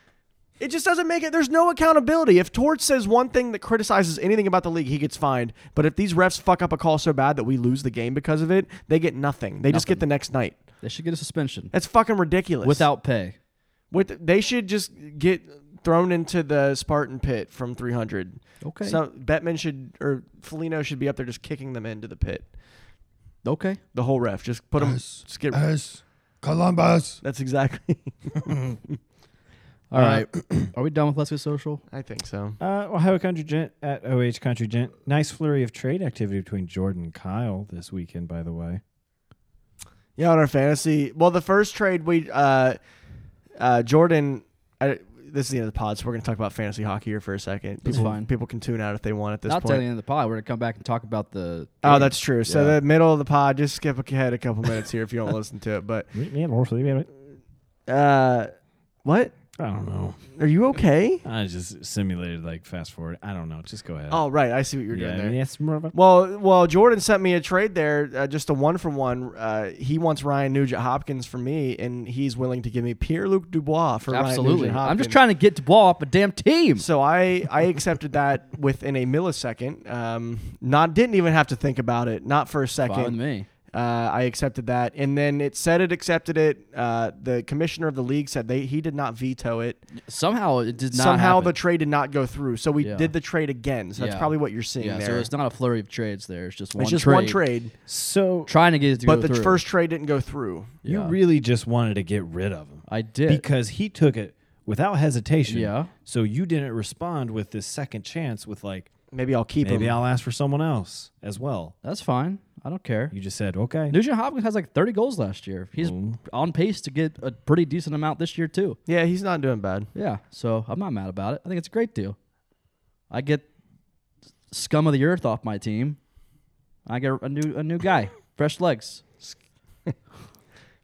It just doesn't make it. There's no accountability. If Torch says one thing that criticizes anything about the league, he gets fined. But if these refs fuck up a call so bad that we lose the game because of it, they get nothing. They just get the next night. They should get a suspension That's fucking ridiculous. without pay. with they should just get thrown into the Spartan pit from 300. Okay. So Bettman should or Felino should be up there just kicking them into the pit. okay. The whole ref just put them. Just get, Columbus. that's exactly. All right. Are we done with Let's Get Social? I think so. Uh, Ohio Country Gent at OH Country Gent. Nice flurry of trade activity between Jordan and Kyle this weekend, by the way. Yeah, on our fantasy. Well, the first trade we uh, uh, Jordan. I, this is the end of the pod, so we're gonna talk about fantasy hockey here for a second. That's People, fine. people can tune out if they want at this Not till the point. end of the pod. We're gonna come back and talk about the. Oh, that's true. So Yeah. the middle of the pod, just skip ahead a couple minutes here if you don't listen to it. But I uh, what? don't know. Are you okay? I just simulated like fast forward. I don't know. Just go ahead. Oh, right. I see what you're yeah, doing I there. mean, that's more of a- Well, well, Jordan sent me a trade there, uh, just a one for one. Uh, he wants Ryan Nugent Hopkins for me, and he's willing to give me Pierre Luc Dubois for Ryan Absolutely. Nugent Hopkins. I'm just trying to get the ball off a damn team. So I I accepted that within a millisecond. Um, not didn't even have to think about it. Not for a Fine with second. me. Uh, I accepted that, and then it said it accepted it. Uh, the commissioner of the league said they he did not veto it. Somehow it did not. Somehow the happen. trade did not go through, so we Yeah. did the trade again. So that's Yeah. probably what you're seeing yeah. there. So it's not a flurry of trades. There. It's just one. It's just trade. one trade, so Trying to get it to but go the through. first trade didn't go through. you Yeah. really just wanted to get rid of him I did. because he took it without hesitation. Yeah. So you didn't respond with this second chance with like Maybe I'll keep maybe him. I'll ask for someone else as well. that's fine. I don't care. You just said okay. Nugent Hopkins has like 30 goals last year. He's Oh. Mm. on pace to get a pretty decent amount this year too. Yeah, he's not doing bad. Yeah, so I'm not mad about it. I think it's a great deal. I get scum of the earth off my team. I get a new a new guy, fresh legs.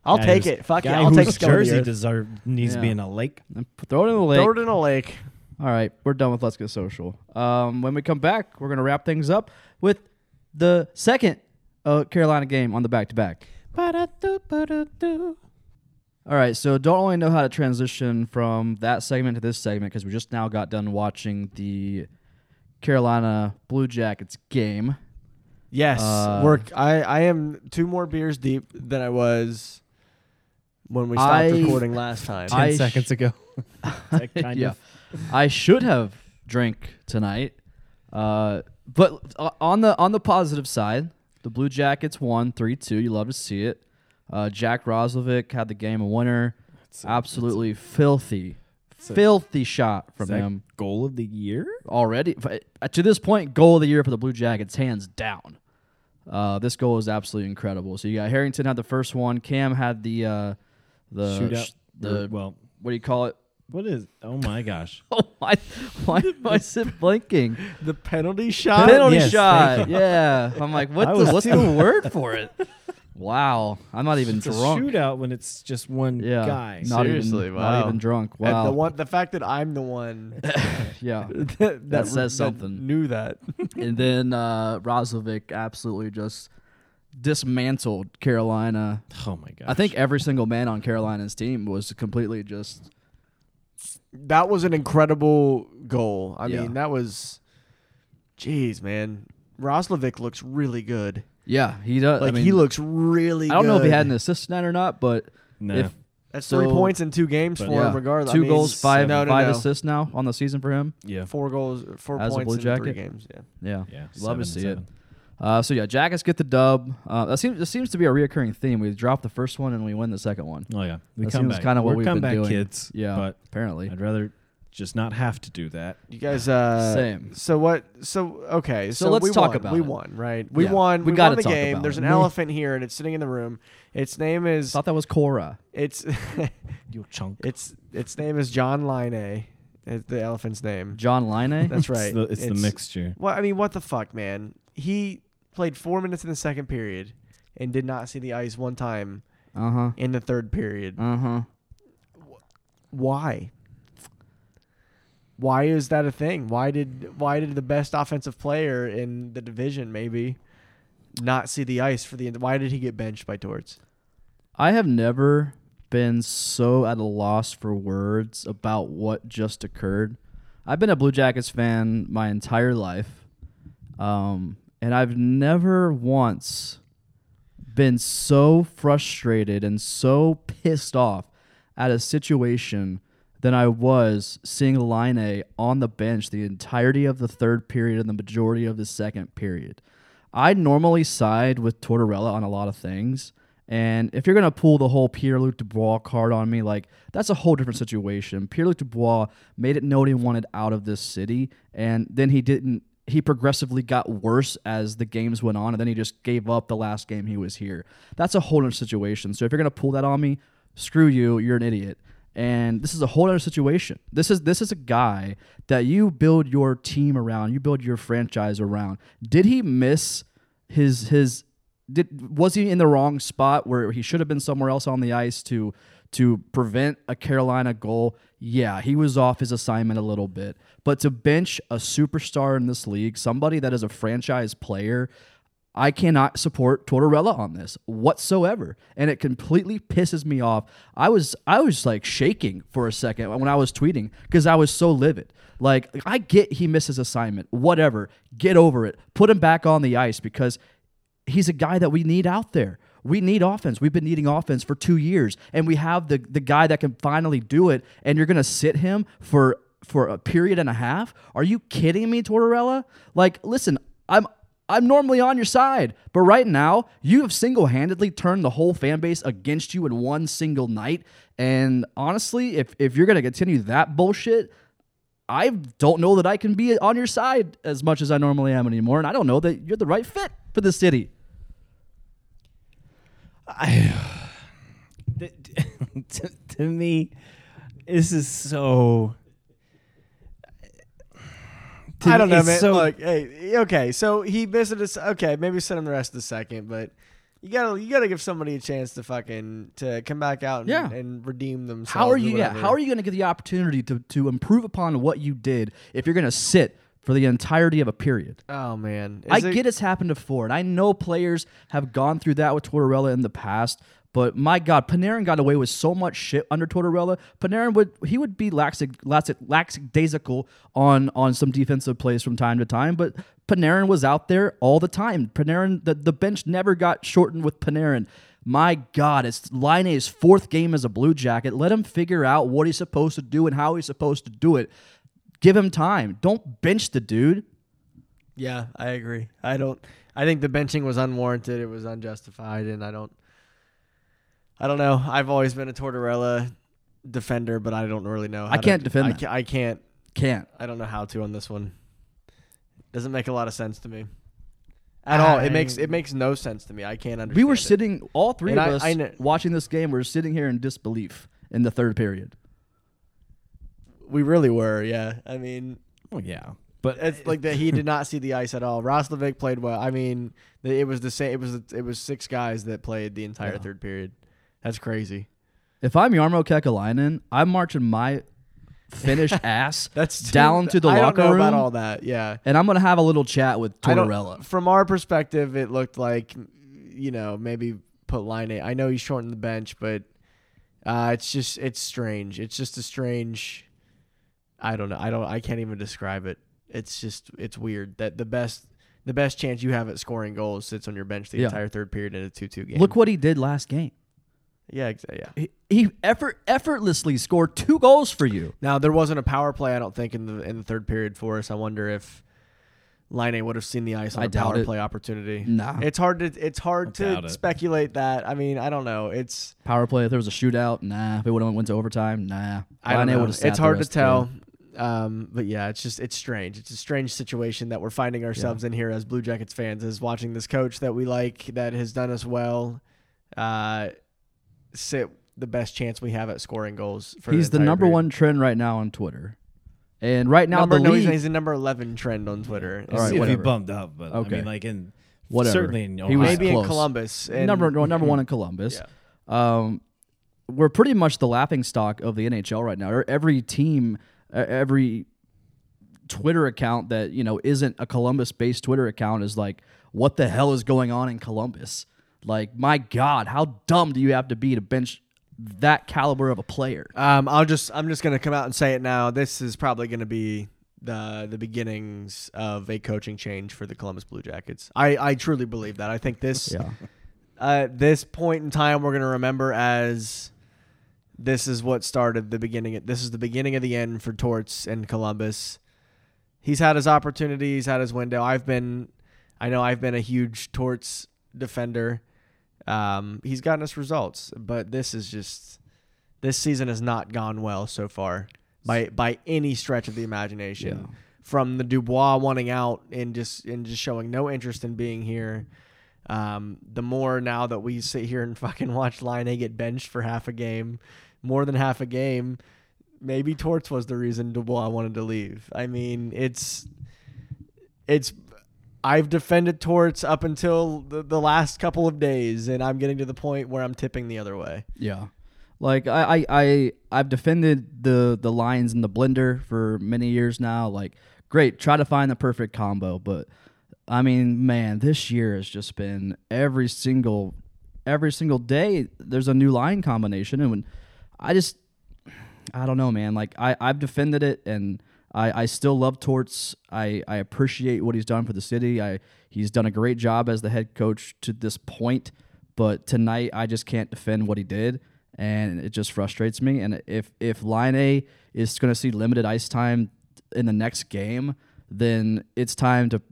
I'll Guy take who's- it. Fuck it. guy I'll take whose Scum of the jersey Earth. deserve needs to be Yeah. in a lake. And p- throw it in the lake. Throw it in a lake. All right, we're done with Let's Get Social. Um, when we come back, we're gonna wrap things up with the second uh, Carolina game on the back to back. All right, so don't really know how to transition from that segment to this segment because we just now got done watching the Carolina Blue Jackets game. Yes, Uh, work. I I am two more beers deep than I was when we stopped I- recording last time. Ten I sh- seconds ago. That kind yeah. of. I should have drank tonight. Uh, but uh, on the on the positive side, the Blue Jackets won 3-2. You love to see it. Uh, Jack Roslovic had the game a winner. Absolutely filthy. Filthy shot from Is that him goal of the year. already. F- uh, To this point, goal of the year for the Blue Jackets, hands down. Uh, this goal is absolutely incredible. So you got Harrington had the first one. Cam had the uh, the Shootout. sh- the Or, well, what do you call it? what is? Oh my gosh. Oh my! Why am I sit blinking? the penalty shot. penalty yes, shot. Yeah. I'm like, what I the, was what's too- the word for it? Wow. I'm not even It's a drunk. shootout when it's just one yeah. guy. Not Seriously, even, wow. Not even drunk. And Wow. the one, the fact that I'm the one that, yeah. that, says something. Knew that. and then uh, Rozovic absolutely just dismantled Carolina. oh my gosh. I think every single man on Carolina's team was completely just. That was an incredible goal. I Yeah. mean, that was. Jeez, man, Roslovic looks really good. Yeah, he does. Like I mean, he looks really. I don't know if he good. had an assist tonight or not, but No. if That's three So- points in two games for yeah, him. Regardless, I two mean, goals, five no, no, five no. assists now on the season for him. yeah. four goals, four As a points Blue in three Jacket? games. Yeah. Yeah, Yeah, love seven to and see seven. it. Uh, so yeah, Jackets get the dub. Uh, that seems that seems to be a reoccurring theme. We drop the first one and we win the second one. Oh yeah. We that come seems back. kinda what We're we've come been back doing. kids. Yeah, But apparently. I'd rather just not have to do that. You guys, uh, Same. So what? So okay. So, So let's we talk won. about we it. won, right? We Yeah. won. We We, gotta won the talk game. about There's it. Me- an elephant here, and it's sitting in the room. Its name is Thought that was Cora. it's You chunk. it's its name is John Line. It's the elephant's name. John Line. That's right. It's the, it's the mixture. Well, I mean, what the fuck, man? He played four minutes in the second period and did not see the ice one time Uh huh. in the third period. Uh huh. why why is that a thing why did why did the best offensive player in the division maybe not see the ice for the why did he get benched by Torts I have never been so at a loss for words about what just occurred. I've been a Blue Jackets fan my entire life, um, and I've never once been so frustrated and so pissed off at a situation than I was seeing Line A on the bench the entirety of the third period and the majority of the second period. I normally side with Tortorella on a lot of things. And if you're going to pull the whole Pierre Luc Dubois card on me, like that's a whole different situation. Pierre Luc Dubois made it known he wanted out of this city, and then he didn't. He progressively got worse as the games went on, and then he just gave up the last game he was here. That's a whole other situation. So if you're going to pull that on me, screw you, you're an idiot. And this is a whole other situation. This is this is a guy that you build your team around, you build your franchise around. Did he miss his his did was he in the wrong spot where he should have been somewhere else on the ice to to prevent a Carolina goal? Yeah, he was off his assignment a little bit. But to bench a superstar in this league, somebody that is a franchise player, I cannot support Tortorella on this whatsoever, and it completely pisses me off. I was I was like shaking for a second when I was tweeting because I was so livid. Like I get he misses assignment, whatever. Get over it. Put him back on the ice because he's a guy that we need out there. We need offense. We've been needing offense for two years, and we have the the guy that can finally do it. And you're gonna sit him for for a period and a half? Are you kidding me, Tortorella? Like, listen, I'm I'm normally on your side, but right now you have single handedly turned the whole fan base against you in one single night. And honestly, if if you're gonna continue that bullshit, I don't know that I can be on your side as much as I normally am anymore, and I don't know that you're the right fit for the city. I, to, to me, this is so. to I don't me, know, it's man. so- Look, hey, okay, so he visited us. Okay, maybe send him the rest of the second, but you gotta you gotta give somebody a chance to fucking to come back out and, Yeah. and redeem themselves. How are or you? Yeah, whatever. how are you going to get the opportunity to, to improve upon what you did if you're going to sit for the entirety of a period? Oh man, I get it's happened before, and I know players have gone through that with Tortorella in the past. But my God, Panarin got away with so much shit under Tortorella. Panarin would he would be laxic, laxic, lackadaisical on on some defensive plays from time to time, but Panarin was out there all the time. Panarin the, the bench never got shortened with Panarin. My God, it's Line's fourth game as a Blue Jacket. Let him figure out what he's supposed to do and how he's supposed to do it. Give him time. Don't bench the dude. Yeah, I agree. I don't. I think the benching was unwarranted. It was unjustified, and I don't. I don't know. I've always been a Tortorella defender, but I don't really know. How I to- can't defend I, that. ca- I can't. Can't. I don't know how to on this one. Doesn't make a lot of sense to me. At all. It makes it makes no sense to me. I can't understand. we were it. sitting all three And of I- us I kn- watching this game we are sitting here in disbelief in the third period We really were. Yeah. I mean, Well, Oh, yeah, but it's like that. He did not see the ice at all. Roslovic played well. I mean, the- it was the same. It was it was six guys that played the entire third period. That's crazy. if i'm yarmo kekalainen i'm marching my finnish ass That's too- down to the I locker don't know room about all that. Yeah, and i'm gonna have a little chat with I don't- tortorella From our perspective, it looked like you know maybe put line eight. I know he shortened the bench, but uh, it's just it's strange. It's just a strange. I don't know. I don't. I can't even describe it. It's just it's weird that the best the best chance you have at scoring goals sits on your bench the Yeah. entire third period in a two two game. look what he did last game yeah, exa- yeah. he, he effort, effortlessly scored two goals for you Now there wasn't a power play, I don't think, in the in the third period for us. I wonder if Line would have seen the ice on I a doubt power it. play opportunity. Nah. it's hard to it's hard doubt to it. speculate that. I mean, I don't know. It's power play if there was a shootout nah if it would have went to overtime nah I don't Laine know. would've sat It's the hard to rest of tell. Um, but yeah, it's just it's strange. It's a strange situation that we're finding ourselves in here as Blue Jackets fans, as watching this coach that we like that has done us well, uh, sit the best chance we have at scoring goals. For he's the entire number period. one trend right now on twitter and right now number. the no, league he's, he's the number eleven trend on Twitter. All right, see if he whatever. bumped up, but I Okay. mean, like in Whatever. certainly in Ohio. He was- maybe in close. Columbus. And number well, number one in Columbus. Um, we're pretty much the laughing stock of the NHL right now. Every team, uh, every Twitter account that you know isn't a Columbus-based Twitter account is like, what the hell is going on in Columbus? Like, my God, how dumb do you have to be to bench that caliber of a player? Um, I'll just I'm just gonna come out and say it now. This is probably gonna be the the beginnings of a coaching change for the Columbus Blue Jackets. I I truly believe that. I think this Yeah. uh, this point in time we're gonna remember as this is what started the beginning. This is the beginning of the end for Torts and Columbus. He's had his opportunity. He's had his window. I've been, I know I've been a huge Torts defender. Um, he's gotten us results, but this is just this season has not gone well so far by by any stretch of the imagination. From the Dubois wanting out and just and just showing no interest in being here. Um, the more now that we sit here and fucking watch Line A get benched for half a game, more than half a game, maybe Torts was the reason Dubois wanted to leave. I mean, it's it's I've defended Torts up until the, the last couple of days, and I'm getting to the point where I'm tipping the other way. Yeah. Like I, I, I I've defended the the lines in the blender for many years now. Like, great, try to find the perfect combo, but I mean, man, this year has just been every single every single day there's a new line combination and when I just I don't know, man. Like I, I've defended it, and I, I still love Torts. I, I appreciate what he's done for the city. I he's done a great job as the head coach to this point, but tonight I just can't defend what he did, and it just frustrates me. And if if Line A is going to see limited ice time in the next game, then it's time to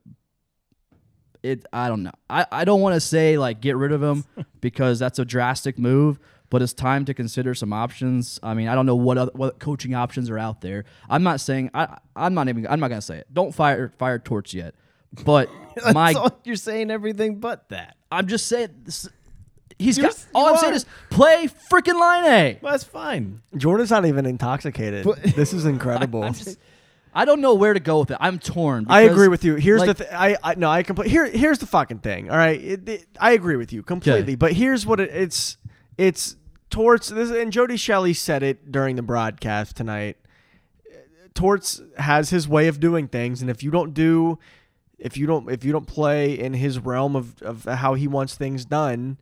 it I don't know. I, I don't want to say like get rid of him because that's a drastic move, but it's time to consider some options. I mean, I don't know what other, what coaching options are out there. I'm not saying I I'm not even I'm not going to say it. Don't fire fire Torch yet. But my So you're saying everything but that. I'm just saying this, He's You're got. s- All you I'm saying are. is play freaking line A. Well, that's fine. Jordan's not even intoxicated. this is incredible. I don't know where to go with it. I'm torn. I because, agree with you. Here's like, the th- I, I no I complete here here's the fucking thing. All right, It- it- I agree with you completely. But here's what it, it's it's Torts this and Jody Shelley said it during the broadcast tonight. Torts has his way of doing things, and if you don't do, if you don't if you don't play in his realm of of how he wants things done,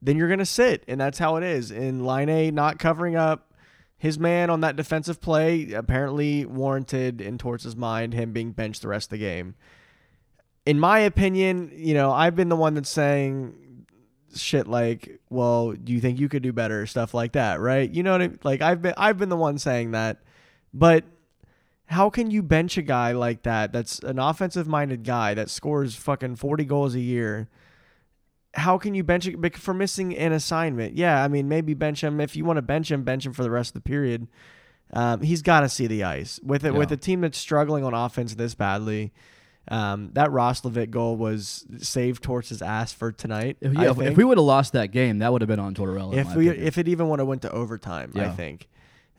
then you're gonna sit, and that's how it is. And Line A not covering up his man on that defensive play apparently warranted in Torts' mind him being benched the rest of the game. In my opinion, you know, I've been the one that's saying shit like, "Well, do you think you could do better?" stuff like that, right? You know what I like I've been I've been the one saying that. But how can you bench a guy like that that's an offensive minded guy that scores fucking 40 goals a year? How can you bench bec- for missing an assignment? Yeah, I mean, maybe bench him. If you want to bench him, bench him for the rest of the period. Um, he's got to see the ice. With it, with a team that's struggling on offense this badly, um, that Roslovic goal was saved Torts' ass for tonight. If, I yeah, if- if think. we would have lost that game, that would have been on Tortorella. in If my we, opinion. if it even would have went to overtime, I Yeah. think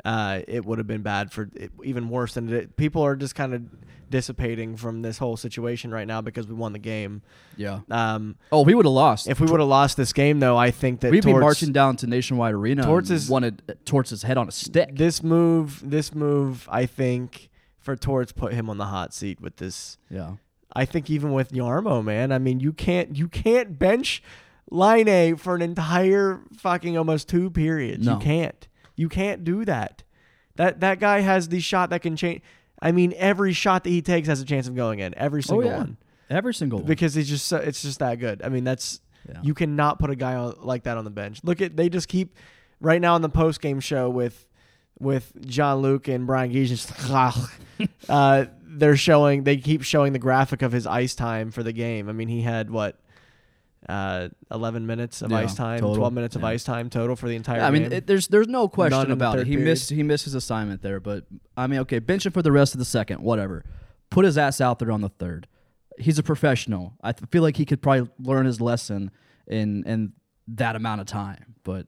uh, it would have been bad for it, even worse than it. People are just kind of dissipating from this whole situation right now because we won the game. yeah. Um, Oh, we would have lost. if we would have lost this game, though, I think that We'd be Torts- marching down to Nationwide Arena. Torts Torts is- is wanted uh, Torts' head on a stick. this move. This move, I think, for Torts put him on the hot seat with this. yeah. I think even with Yarmo, man. I mean, you can't you can't bench Line A for an entire fucking almost two periods. No. You can't. You can't do that. That that guy has the shot that can change. I mean, every shot that he takes has a chance of going in. Every single one Every single one. because he's just so, it's just that good. I mean, that's Yeah. you cannot put a guy on, like that on the bench. Look at they just keep right now in the post game show with with John Luke and Brian Giesens. uh, they're showing they keep showing the graphic of his ice time for the game. I mean, he had what. Uh, eleven minutes of Yeah, ice time, total. twelve minutes of Yeah. ice time total for the entire. I mean, game. it, there's there's no None in question the about third it. He period. missed he missed his assignment there, but I mean, okay, bench him for the rest of the second, whatever. Put his ass out there on the third. He's a professional. I th- feel like he could probably learn his lesson in in that amount of time. But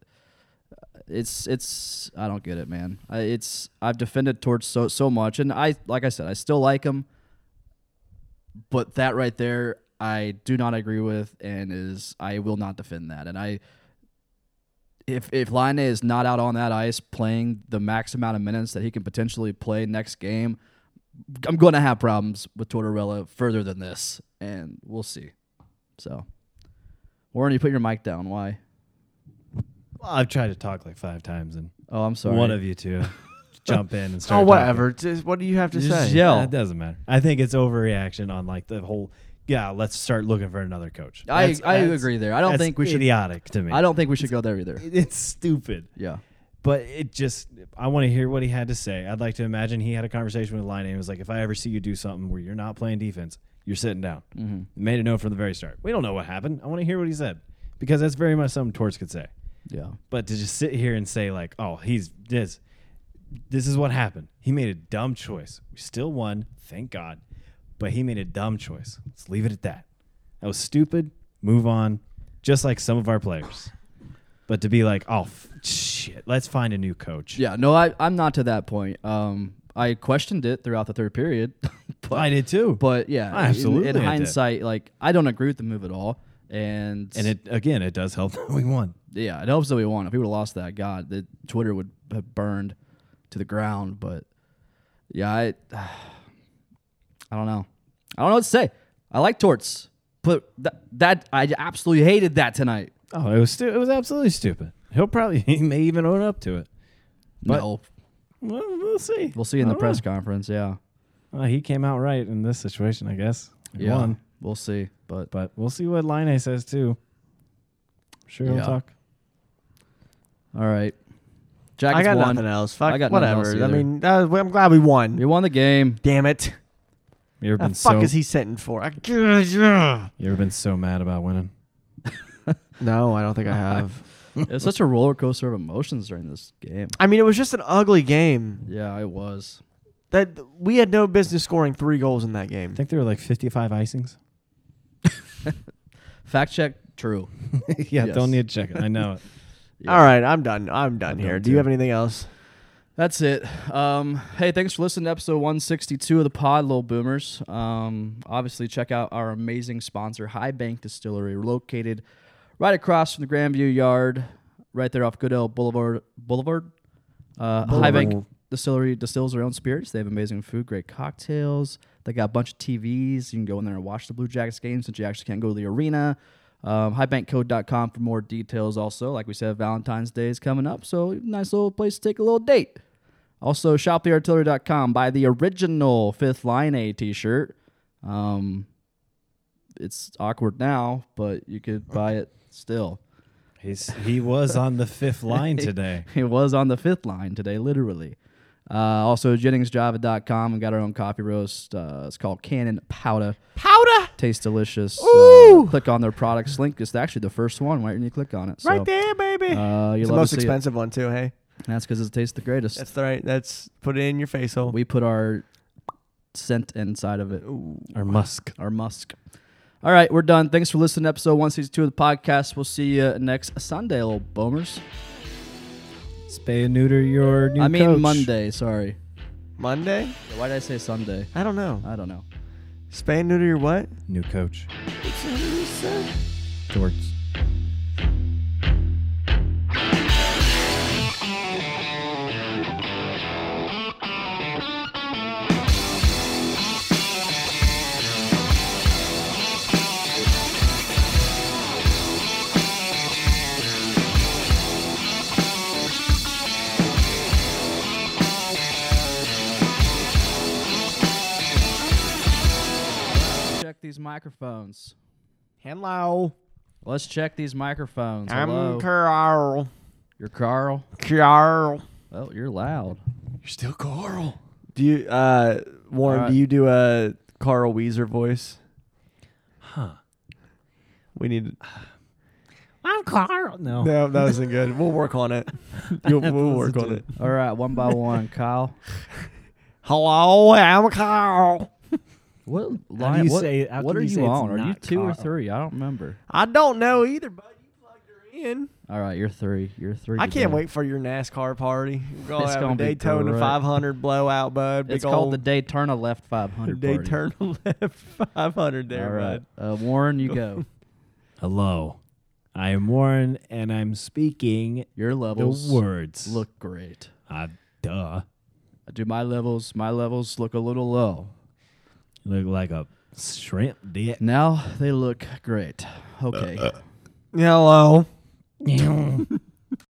uh, it's it's I don't get it, man. I, it's I've defended Torch so so much, and I like I said, I still like him. But that right there, I do not agree with, and is I will not defend that. And I, if if Line is not out on that ice playing the max amount of minutes that he can potentially play next game, I'm going to have problems with Tortorella further than this, and we'll see. So, Warren, you put your mic down. Why? Well, I've tried to talk like five times, and Oh, I'm sorry. one of you two jump in and oh start. whatever. Just- what do you have to Just say? yell. Talking. It doesn't matter. I think it's overreaction on like the whole. Yeah, let's start looking for another coach. I That's- I that's- agree there. I don't that's think we should. idiotic to me. I don't think we should go there either. It's stupid. Yeah. But it just, I want to hear what he had to say. I'd like to imagine he had a conversation with Line and he was like, if I ever see you do something where you're not playing defense, you're sitting down. Made a note from the very start. We don't know what happened. I want to hear what he said because that's very much something Torts could say. Yeah. But to just sit here and say, like, oh, he's this, this is what happened. He made a dumb choice. We still won, thank God. But he made a dumb choice. Let's leave it at that. That was stupid. Move on. Just like some of our players. But to be like, oh, f- shit, let's find a new coach. Yeah. No, I I'm not to that point. Um, I questioned it throughout the third period, but I did too. but yeah, I in- absolutely In, did. hindsight, like I don't agree with the move at all, and and it again, it does help that we won. yeah, it helps that we won. If we would have lost that, God, the Twitter would have burned to the ground. But yeah, I, I don't know. I don't know what to say. I like Torts, but that, that I absolutely hated that tonight. Oh, it was stu- it was absolutely stupid. He'll probably he may even own up to it. But- no, Well, we'll see. we'll see in I the don't press know. conference. Yeah, Well, he came out right in this situation, I guess. He yeah, won. we'll see. But But we'll see what Line A says too. I'm sure he'll Yeah. talk. all right, Jackets I got won. nothing else. Fuck, I got nothing else whatever. I either. mean, uh, I'm glad we won. We won the game. Damn it. You ever The been Ah, fuck so is he sitting for? I- you ever been so mad about winning? no, I don't think I have. it's such a roller coaster of emotions during this game. I mean, it was just an ugly game. Yeah, it was. That we had no business scoring three goals in that game. I think there were like 55 icings. Fact check true. yeah, Yes. don't need to check it. I know it. All right, I'm done. I'm done I'm here. done Do you too. have anything else? That's it. Um, hey, thanks for listening to episode 162 of the pod, Little Boomers. Um, obviously, check out our amazing sponsor, High Bank Distillery, located right across from the Grandview Yard, right there off Goodell Boulevard. Boulevard. Uh, High Bank Distillery distills their own spirits. They have amazing food, great cocktails. They got a bunch of TVs. You can go in there and watch the Blue Jackets game since you actually can't go to the arena. Um, highbankcode.com for more details. Also, like we said, Valentine's Day is coming up, so nice little place to take a little date. Also, shoptheartillery.com. Buy the original Fifth Line A t-shirt. Um, it's awkward now, but you could buy it still. He's he was on the fifth line today. It was on the fifth line today, literally. Uh, also, JenningsJava.com and got our own coffee roast. Uh, it's called Cannon Powder. Powder Tastes delicious. Uh, Ooh. click on their products link. It's actually the first one. Why didn't you click on it? So, right there, baby. Uh, you It's the love to most see it. expensive one too. Hey, And that's because it tastes the greatest. that's right. That's put it in your face oh. hole. we put our scent inside of it. Or Musk. our Musk. All right, we're done. Thanks for listening to episode 162 of the podcast. We'll see you next Sunday, little boomers. Spay and neuter your new I mean coach. Monday, sorry. Monday? Why did I say Sunday? I don't know. I don't know. Spay and neuter your what? New coach. Jorts. Check these microphones. Hello, Let's check these microphones. Hello. I'm Carl. you're Carl. Carl. Oh, you're loud. You're still Carl. Do you, uh, Warren? All right. Do you do a Carl Weezer voice? Huh. We need. I'm Carl. No. No, that wasn't good. We'll work on it. You'll- we'll work on it. All right, one by one, Kyle. Hello, I'm Carl. What How do line? you what say- how what can are you say you it's on? Are you not two or Carl? three? I don't remember. I don't know either, but you plugged her in. All right, you're three. You're three. I can't today. wait for your NASCAR party. We're gonna It's have gonna a be Daytona great. 500 blowout, bud. Big It's called the old Daytona Left 500. party. Daytona left 500 there, All bud. right, uh, Warren, you go. Hello. I am Warren and I'm speaking Your the levels words. look great. Uh, duh. Do my levels? My levels look a little low. Look like a shrimp dick. Uh, Now they look great. Okay. Hello. Hello.